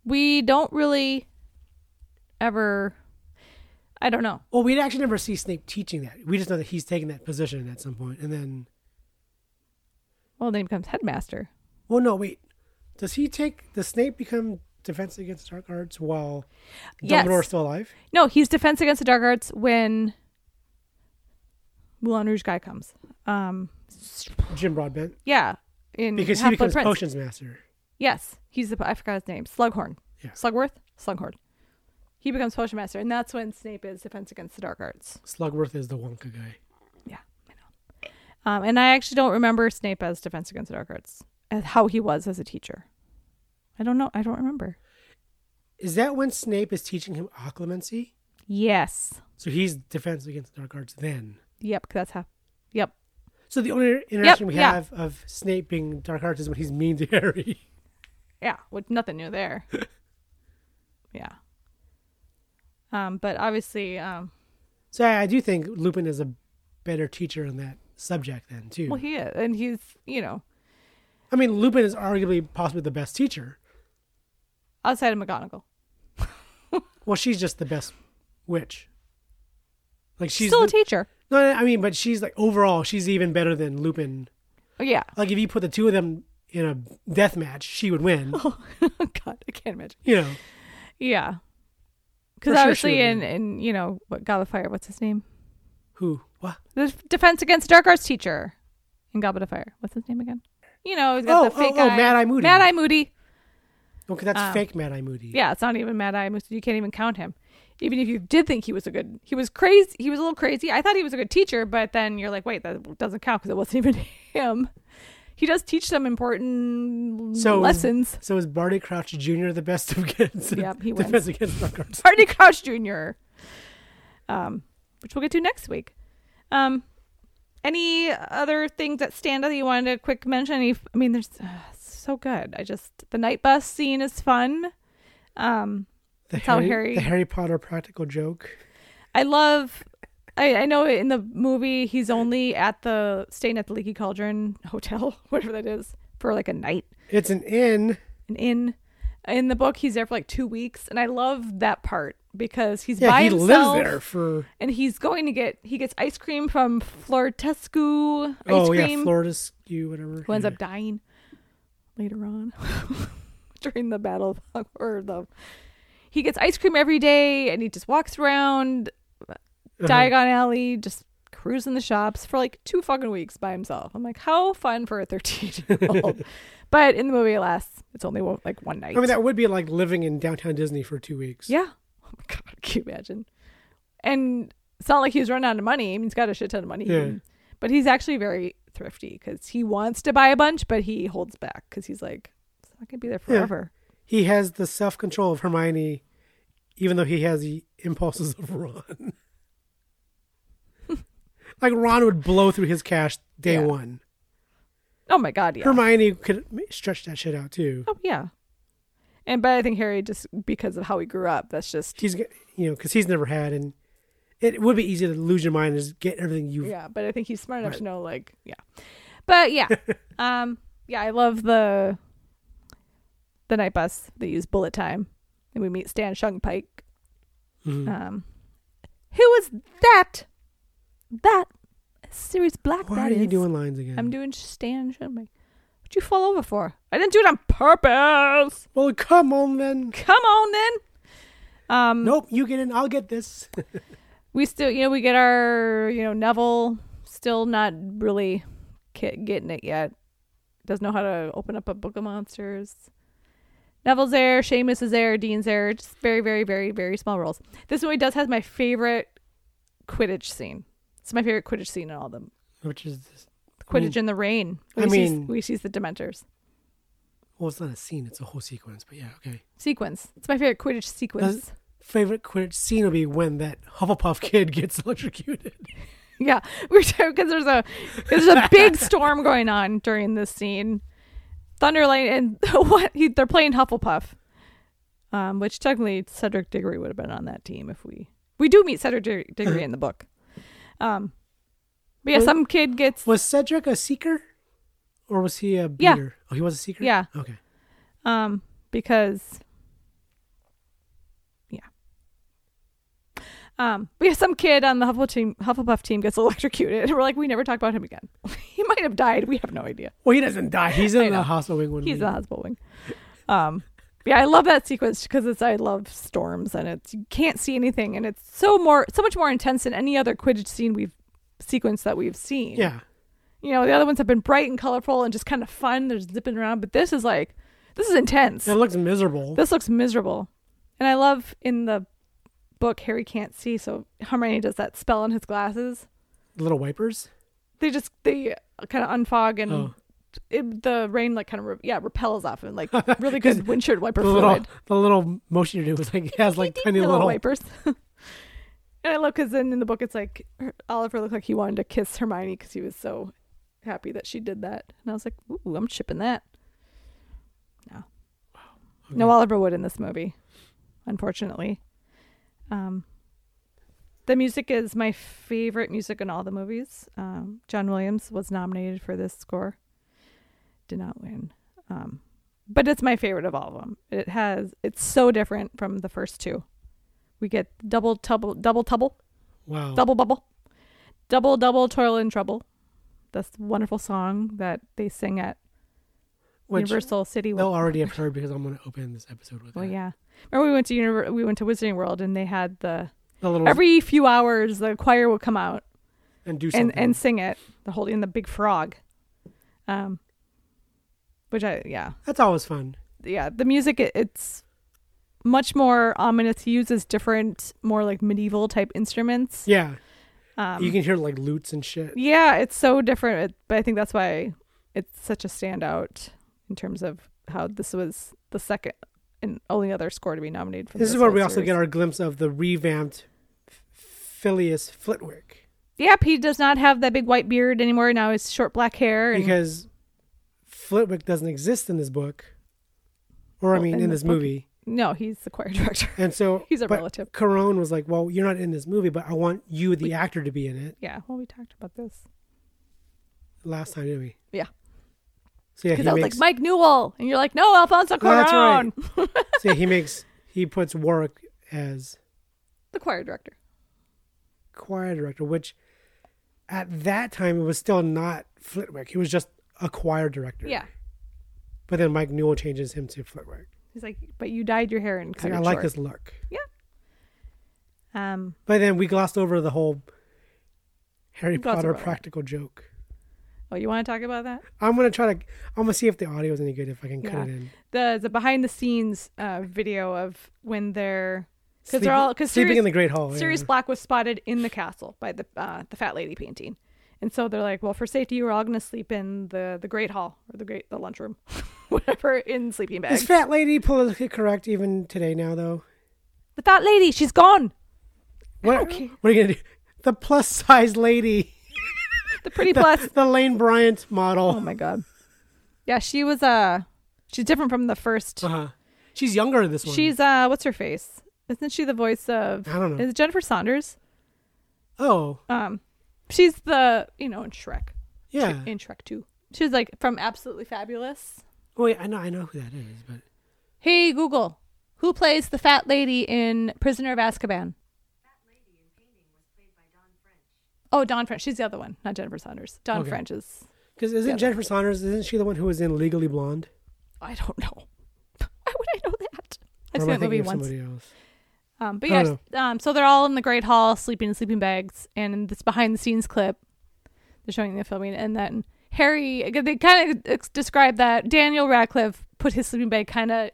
we don't really ever. I don't know. Well, we'd actually never see Snape teaching that. We just know that he's taking that position at some point, and then Well, then he becomes headmaster. well, no, wait, does he take does Snape become defense against dark arts while Yes. Dumbledore's still alive? No, he's defense against the dark arts when Moulin Rouge guy comes. Um, Jim Broadbent, yeah, in because he Half-Blood becomes Prince. potions master. Yes, he's the I forgot his name. Slughorn. Yeah. Slugworth. Slughorn. He becomes potion master, and that's when Snape is defense against the dark arts. Slugworth is the Wonka guy. Yeah, I know. Um, and I actually don't remember Snape as defense against the dark arts as how he was as a teacher. I don't know. I don't remember. Is that when Snape is teaching him occlumency? Yes. So he's defense against dark arts then. Yep. That's how. Yep. So the only interaction we yeah. have of Snape being dark arts is when he's mean to Harry. Yeah, with nothing new there. yeah. Um, but obviously, um, So I, I do think Lupin is a better teacher in that subject then too. well, he is, and he's, you know, I mean, Lupin is arguably possibly the best teacher. outside of McGonagall. Well, she's just the best witch. Like she's still a the- teacher. No, I mean, but she's like overall, she's even better than Lupin. Oh, yeah. Like if you put the two of them in a death match, she would win. Oh. God, I can't imagine. You know, Yeah. For Because sure obviously, she would in, in, you know, what, God of Fire, what's his name? who? What? The Defense Against Dark Arts teacher in Goblet of Fire. What's his name again? You know, he's got Oh, the fake oh, oh, eye. Mad Eye Moody. Mad Eye Moody. Okay, that's fake Mad Eye Moody. Um, Yeah, it's not even Mad Eye Moody. You can't even count him. Even if you did think he was a good, he was crazy. He was a little crazy. I thought he was a good teacher, but then you're like, wait, that doesn't count because it wasn't even him. He does teach some important So lessons. So is Barty Crouch Jr. the best of kids? Yep, he wins. defense against dark arts. Barney Crouch Jr. Um, which we'll get to next week. Um, any other things that stand out that you wanted to quick mention? Any, I mean, there's uh, so good. I just the night bus scene is fun. Um, The That's how Harry- the Harry Potter practical joke. I love. I, I know in the movie he's only at the staying at the Leaky Cauldron Hotel, whatever that is, for like a night. It's an inn. And in in the book he's there for like two weeks, and I love that part because he's Yeah, by he himself. lives there for. and he's going to get he gets ice cream from Flortescu ice oh cream yeah, Florida skew whatever. who ends yeah. up dying later on during the battle of Hog- or the he gets ice cream every day and he just walks around Uh-huh. Diagon Alley just cruising the shops for like two fucking weeks by himself. I'm like, how fun for a 13 year old. but in the movie, alas, it's only one, like one night. I mean, that would be like living in downtown Disney for two weeks. Yeah. Oh my god, can you imagine? And it's not like he's running out of money. I mean, he's got a shit ton of money. Yeah. But he's actually very thrifty because he wants to buy a bunch, but he holds back because he's like, it's not gonna be there forever. He has the self control of Hermione, even though he has the impulses of Ron. like Ron would blow through his cash day Yeah. one. Oh my god, yeah. Hermione could stretch that shit out too. oh yeah. And but I think Harry just because of how he grew up, that's just He's g- you know because he's never had, and it would be easy to lose your mind and just get everything you. have yeah. But I think he's smart enough to know like yeah. But yeah, um, yeah, I love the the night bus. They use bullet time, and we meet Stan Shung Pike. Mm-hmm. Um, who is that? That Sirius Black. Why that are you is. doing lines again? I'm doing Stan Shung Pike. What you fall over for? I didn't do it on purpose. well, come on then. Come on then. Um, Nope, you get in. I'll get this. we still, you know, we get our, you know, Neville still not really ki- getting it yet. Doesn't know how to open up a book of monsters. Neville's there, Seamus is there, Dean's there. Just very, very, very, very small roles. This movie does has my favorite Quidditch scene. It's my favorite Quidditch scene in all of them. Which is this? Quidditch in the rain. Hmm. I We sees- mean- we sees the Dementors Well, it's not a scene; it's a whole sequence. But yeah, okay. sequence. It's my favorite Quidditch sequence. That's- Favorite Quidditch scene will be when that Hufflepuff kid gets electrocuted. Yeah, we we're because there's a 'cause there's a big storm going on during this scene. Thunderlane and what he, they're playing Hufflepuff, um, which technically Cedric Diggory would have been on that team if we we do meet Cedric Dig- Diggory in the book. Um, but yeah, Was- some kid gets Was Cedric a seeker, or was he a Yeah. beater? Oh, he was a seeker. Yeah. Okay. um because yeah um we have some kid on the Hufflepuff team Hufflepuff team gets electrocuted and we're like we never talk about him again. he might have died. We have no idea. Well, he doesn't die. He's I in know. the hospital wing. When He's we- a hospital wing. Um, yeah, I love that sequence because it's I love storms and it's you can't see anything and it's so more so much more intense than any other Quidditch scene we've sequence that we've seen. Yeah. you know the other ones have been bright and colorful and just kind of fun. They're zipping around, but this is like this is intense. It looks miserable. This looks miserable, and I love in the book Harry can't see, so Hermione does that spell on his glasses. Little wipers. They just they kind of unfog and. Oh. It, the rain like kind of re- yeah repels off and like really good windshield wiper The fluid. little, the little motion you do was like has like tiny Hello, little. wipers. and I love because then in the book it's like her- Oliver looked like he wanted to kiss Hermione because he was so happy that she did that, and I was like, "Ooh, I'm chipping that." No, no Oliver Wood in this movie, unfortunately. Um, the music is my favorite music in all the movies. Um, John Williams was nominated for this score, did not win. Um, but it's my favorite of all of them. It has it's so different from the first two. We get double tubble double tubble Wow. Double bubble. Double double toil and trouble. That's the wonderful song that they sing at Which Universal City. they'll already have heard because I'm going to open this episode with Well, that. yeah. Remember we went to Univer- we went to Wizarding World and they had the The little every few hours the choir would come out and do something. and and sing it. The holding the big frog. Um. Which I yeah That's always fun. yeah the music it, it's much more ominous. He uses different more like medieval type instruments. Yeah. Um, you can hear like lutes and shit. Yeah, it's so different, it, but I think that's why it's such a standout in terms of how this was the second and only other score to be nominated for. This is this where whole we also series. get our glimpse of the revamped Phileas Flitwick Yep, he does not have that big white beard anymore. Now it's short black hair. And, because Flitwick doesn't exist in this book, or I Well, mean, in in this this book- movie. no, he's the choir director. And so He's a but relative. Caron was like, "Well, you're not in this movie, but I want you, the actor, to be in it." yeah, well, we talked about this. Last time, didn't we? Yeah, So yeah, he because I was makes. like Mike Newell, and you're like, no, Alfonso Oh, Cuarón, that's right. so yeah, he makes. He puts Warwick as the choir director. choir director, which at that time it was still not Flitwick. He was just a choir director. Yeah, But then Mike Newell changes him to Flitwick. he's like, but you dyed your hair and He's cut like, I it like short." this look. Um, But then we glossed over the whole Harry glossed Potter over it. practical joke. oh, you want to talk about that? I'm gonna try to. I'm gonna see if the audio is any good. If I can cut Yeah. it in. the the behind the scenes uh, video of when they're because Sleep- they're all because sleeping in the Great Hall, Sirius yeah. Black was spotted in the castle by the uh, the fat lady painting, and so they're like, well, for safety, we're all gonna sleep in the the Great Hall or the great the lunchroom, whatever, in sleeping bags. Is fat lady politically correct even today now though? the fat lady, she's gone. What, Okay. what are you gonna do? The plus size lady, The pretty plus. the Lane Bryant oh model. my god. Yeah, she was uh she's different from the first. uh-huh. She's younger in this one. She's uh what's her face? Isn't she the voice of I don't know. Is it Jennifer Saunders? oh Um, she's the you know in Shrek. yeah. in Shrek 2. She's like from Absolutely Fabulous. Oh yeah, I know I know who that is, but Hey Google, who plays the fat lady in Prisoner of Azkaban? Oh, Dawn French. She's the other one, not Jennifer Saunders. Dawn Okay. French is. because isn't Jennifer Saunders? Isn't she the one who was in Legally Blonde? I don't know. Why would I know that? I've Or am seen I that movie thinking of once. Somebody else. Um, but I yeah, don't um, so they're all in the Great Hall, sleeping in sleeping bags, and in this behind-the-scenes clip, they're showing the filming, and then Harry, they kind of ex- describe that Daniel Radcliffe put his sleeping bag kind of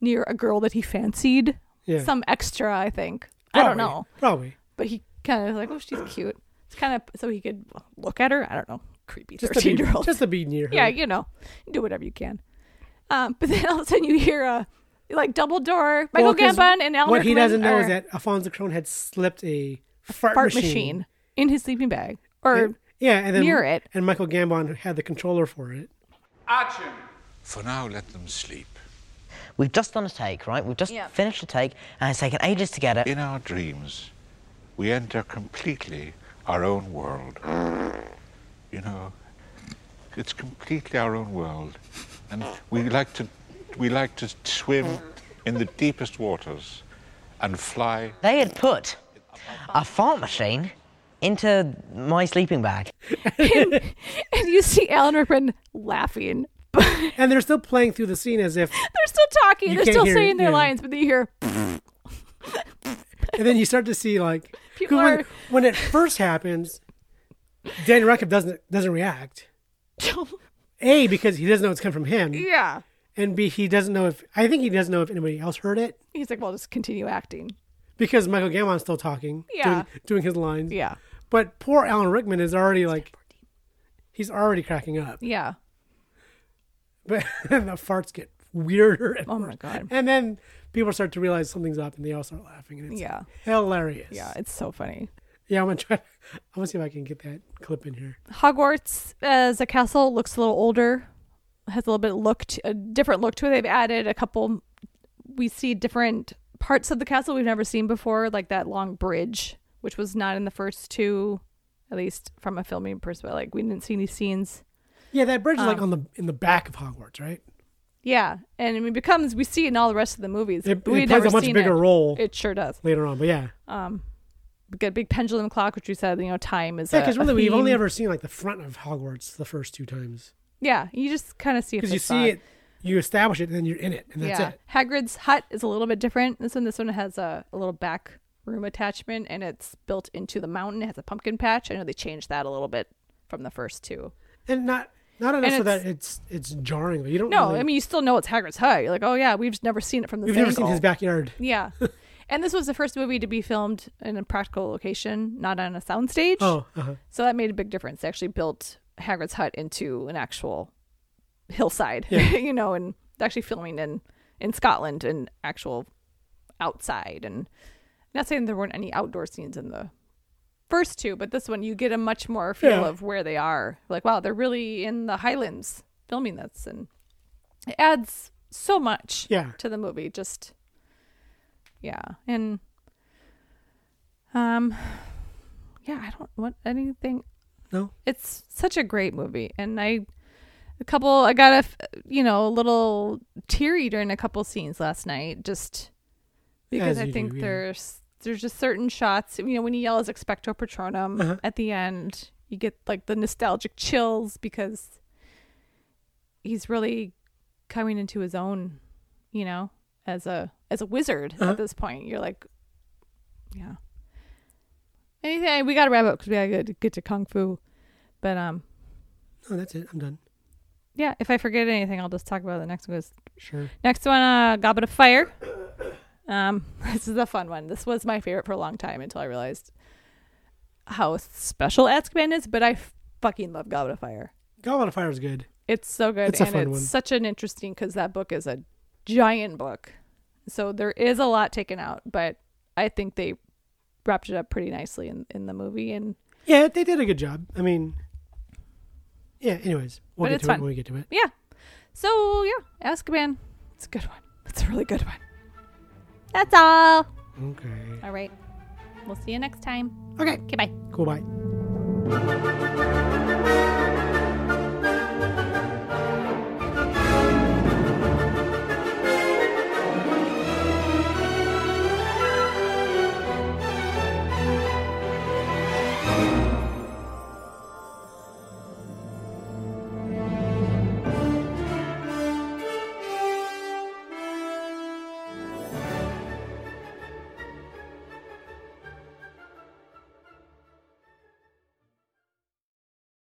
near a girl that he fancied, Yeah. some extra, I think. I don't Probably. know, Probably. but he kind of like, oh, she's cute. It's kind of so he could look at her. I don't know, creepy Just to, be, thirteen-year-old just to be near her. yeah, you know, do whatever you can. Um, but then all of a sudden you hear a like double door Michael Well, 'cause Gambon and Alan What he Rickman doesn't know is are- that Alfonso Cuarón had slipped a fart, fart machine. in his sleeping bag or And- yeah, and then near it. and Michael Gambon had the controller for it. Action. For now, let them sleep. We've just done a take, right? We've just finished a take, and it's taken ages to get it. In our dreams, we enter completely our own world. You know, it's completely our own world, and we like to we like to swim in the deepest waters and fly. They had put a fart machine into my sleeping bag. and you see Alan Rickman laughing. But they're And they're still playing through the scene as if, still talking. You they're can't still hear it, saying their yeah. lines, but then you hear and then you start to see like People when, are- when it first happens, Daniel Radcliffe doesn't doesn't react. A because he doesn't know it's come from him, yeah. and B he doesn't know if I think he doesn't know if anybody else heard it He's like, well, just continue acting. because Michael Gambon's still talking, Yeah. doing, doing his lines, Yeah, But poor Alan Rickman is already like, he's already cracking up. yeah. But the farts get weirder. And Oh my worse. God. And then people start to realize something's up, and they all start laughing, and it's Yeah. hilarious. Yeah, it's so funny. yeah. I'm gonna try. I'm gonna see if I can get that clip in here. Hogwarts uh, as a castle looks a little older, has a little bit looked a different look to it. They've added a couple. We see different parts of the castle we've never seen before, like that long bridge, which was not in the first two, at least from a filming perspective. Like we didn't see any scenes. Yeah, that bridge is Um, like on the in the back of Hogwarts, right? Yeah, and it becomes we see it in all the rest of the movies. It- we it plays a much bigger role. It sure does. Later on, but yeah. got a big pendulum clock, which we said, you know, time is Yeah, a- because a really we've only theme. ever seen like the front of Hogwarts the first two times. yeah, you just kind of see if Because they you saw see it, you establish it, and then you're in it, and that's yeah. it. Hagrid's hut is a little bit different. This one, this one has a, a little back room attachment, and it's built into the mountain. It has a pumpkin patch. I know they changed that a little bit from the first two. And not not enough so it's- that it's it's jarring. but You don't. No, really- I mean you still know it's Hagrid's hut. You're like, oh yeah, we've just never seen it from this. we've never seen angle. his backyard. Yeah. and this was the first movie to be filmed in a practical location, not on a soundstage. Oh, uh-huh. So that made a big difference. They actually built Hagrid's hut into an actual hillside, you know, and actually filming in in Scotland and actual outside. And not saying there weren't any outdoor scenes in the first two, but this one you get a much more feel Yeah. of where they are. Like, wow, they're really in the Highlands filming this, and it adds so much Yeah. to the movie. Just yeah, and um, yeah, I don't want anything no. it's such a great movie and i a couple i got a f- you know a little teary during a couple scenes last night just because i As you think do, yeah. there's there's just certain shots you know when he yells expecto patronum Uh-huh. at the end you get like the nostalgic chills because he's really coming into his own you know as a as a wizard Uh-huh. at this point you're like yeah anything we gotta wrap up because we gotta get, get to kung fu but um, No, that's it. I'm done. yeah. If I forget anything, I'll just talk about the next one. Goes Sure. next one, uh, Goblet of Fire. Um, this is a fun one. This was my favorite for a long time until I realized how special Azkaban is. But I fucking love Goblet of Fire. Goblet of Fire is good. It's so good, It's a and fun it's one. such an interesting because that book is a giant book, so there is a lot taken out. But I think they wrapped it up pretty nicely in in the movie, and Yeah, they did a good job. I mean, yeah. Anyways, we'll But get it's to fun. it when we get to it. yeah. So yeah, Azkaban. It's a good one. It's a really good one. That's all. Okay. All right. We'll see you next time. Okay. Okay, bye. Cool. Bye.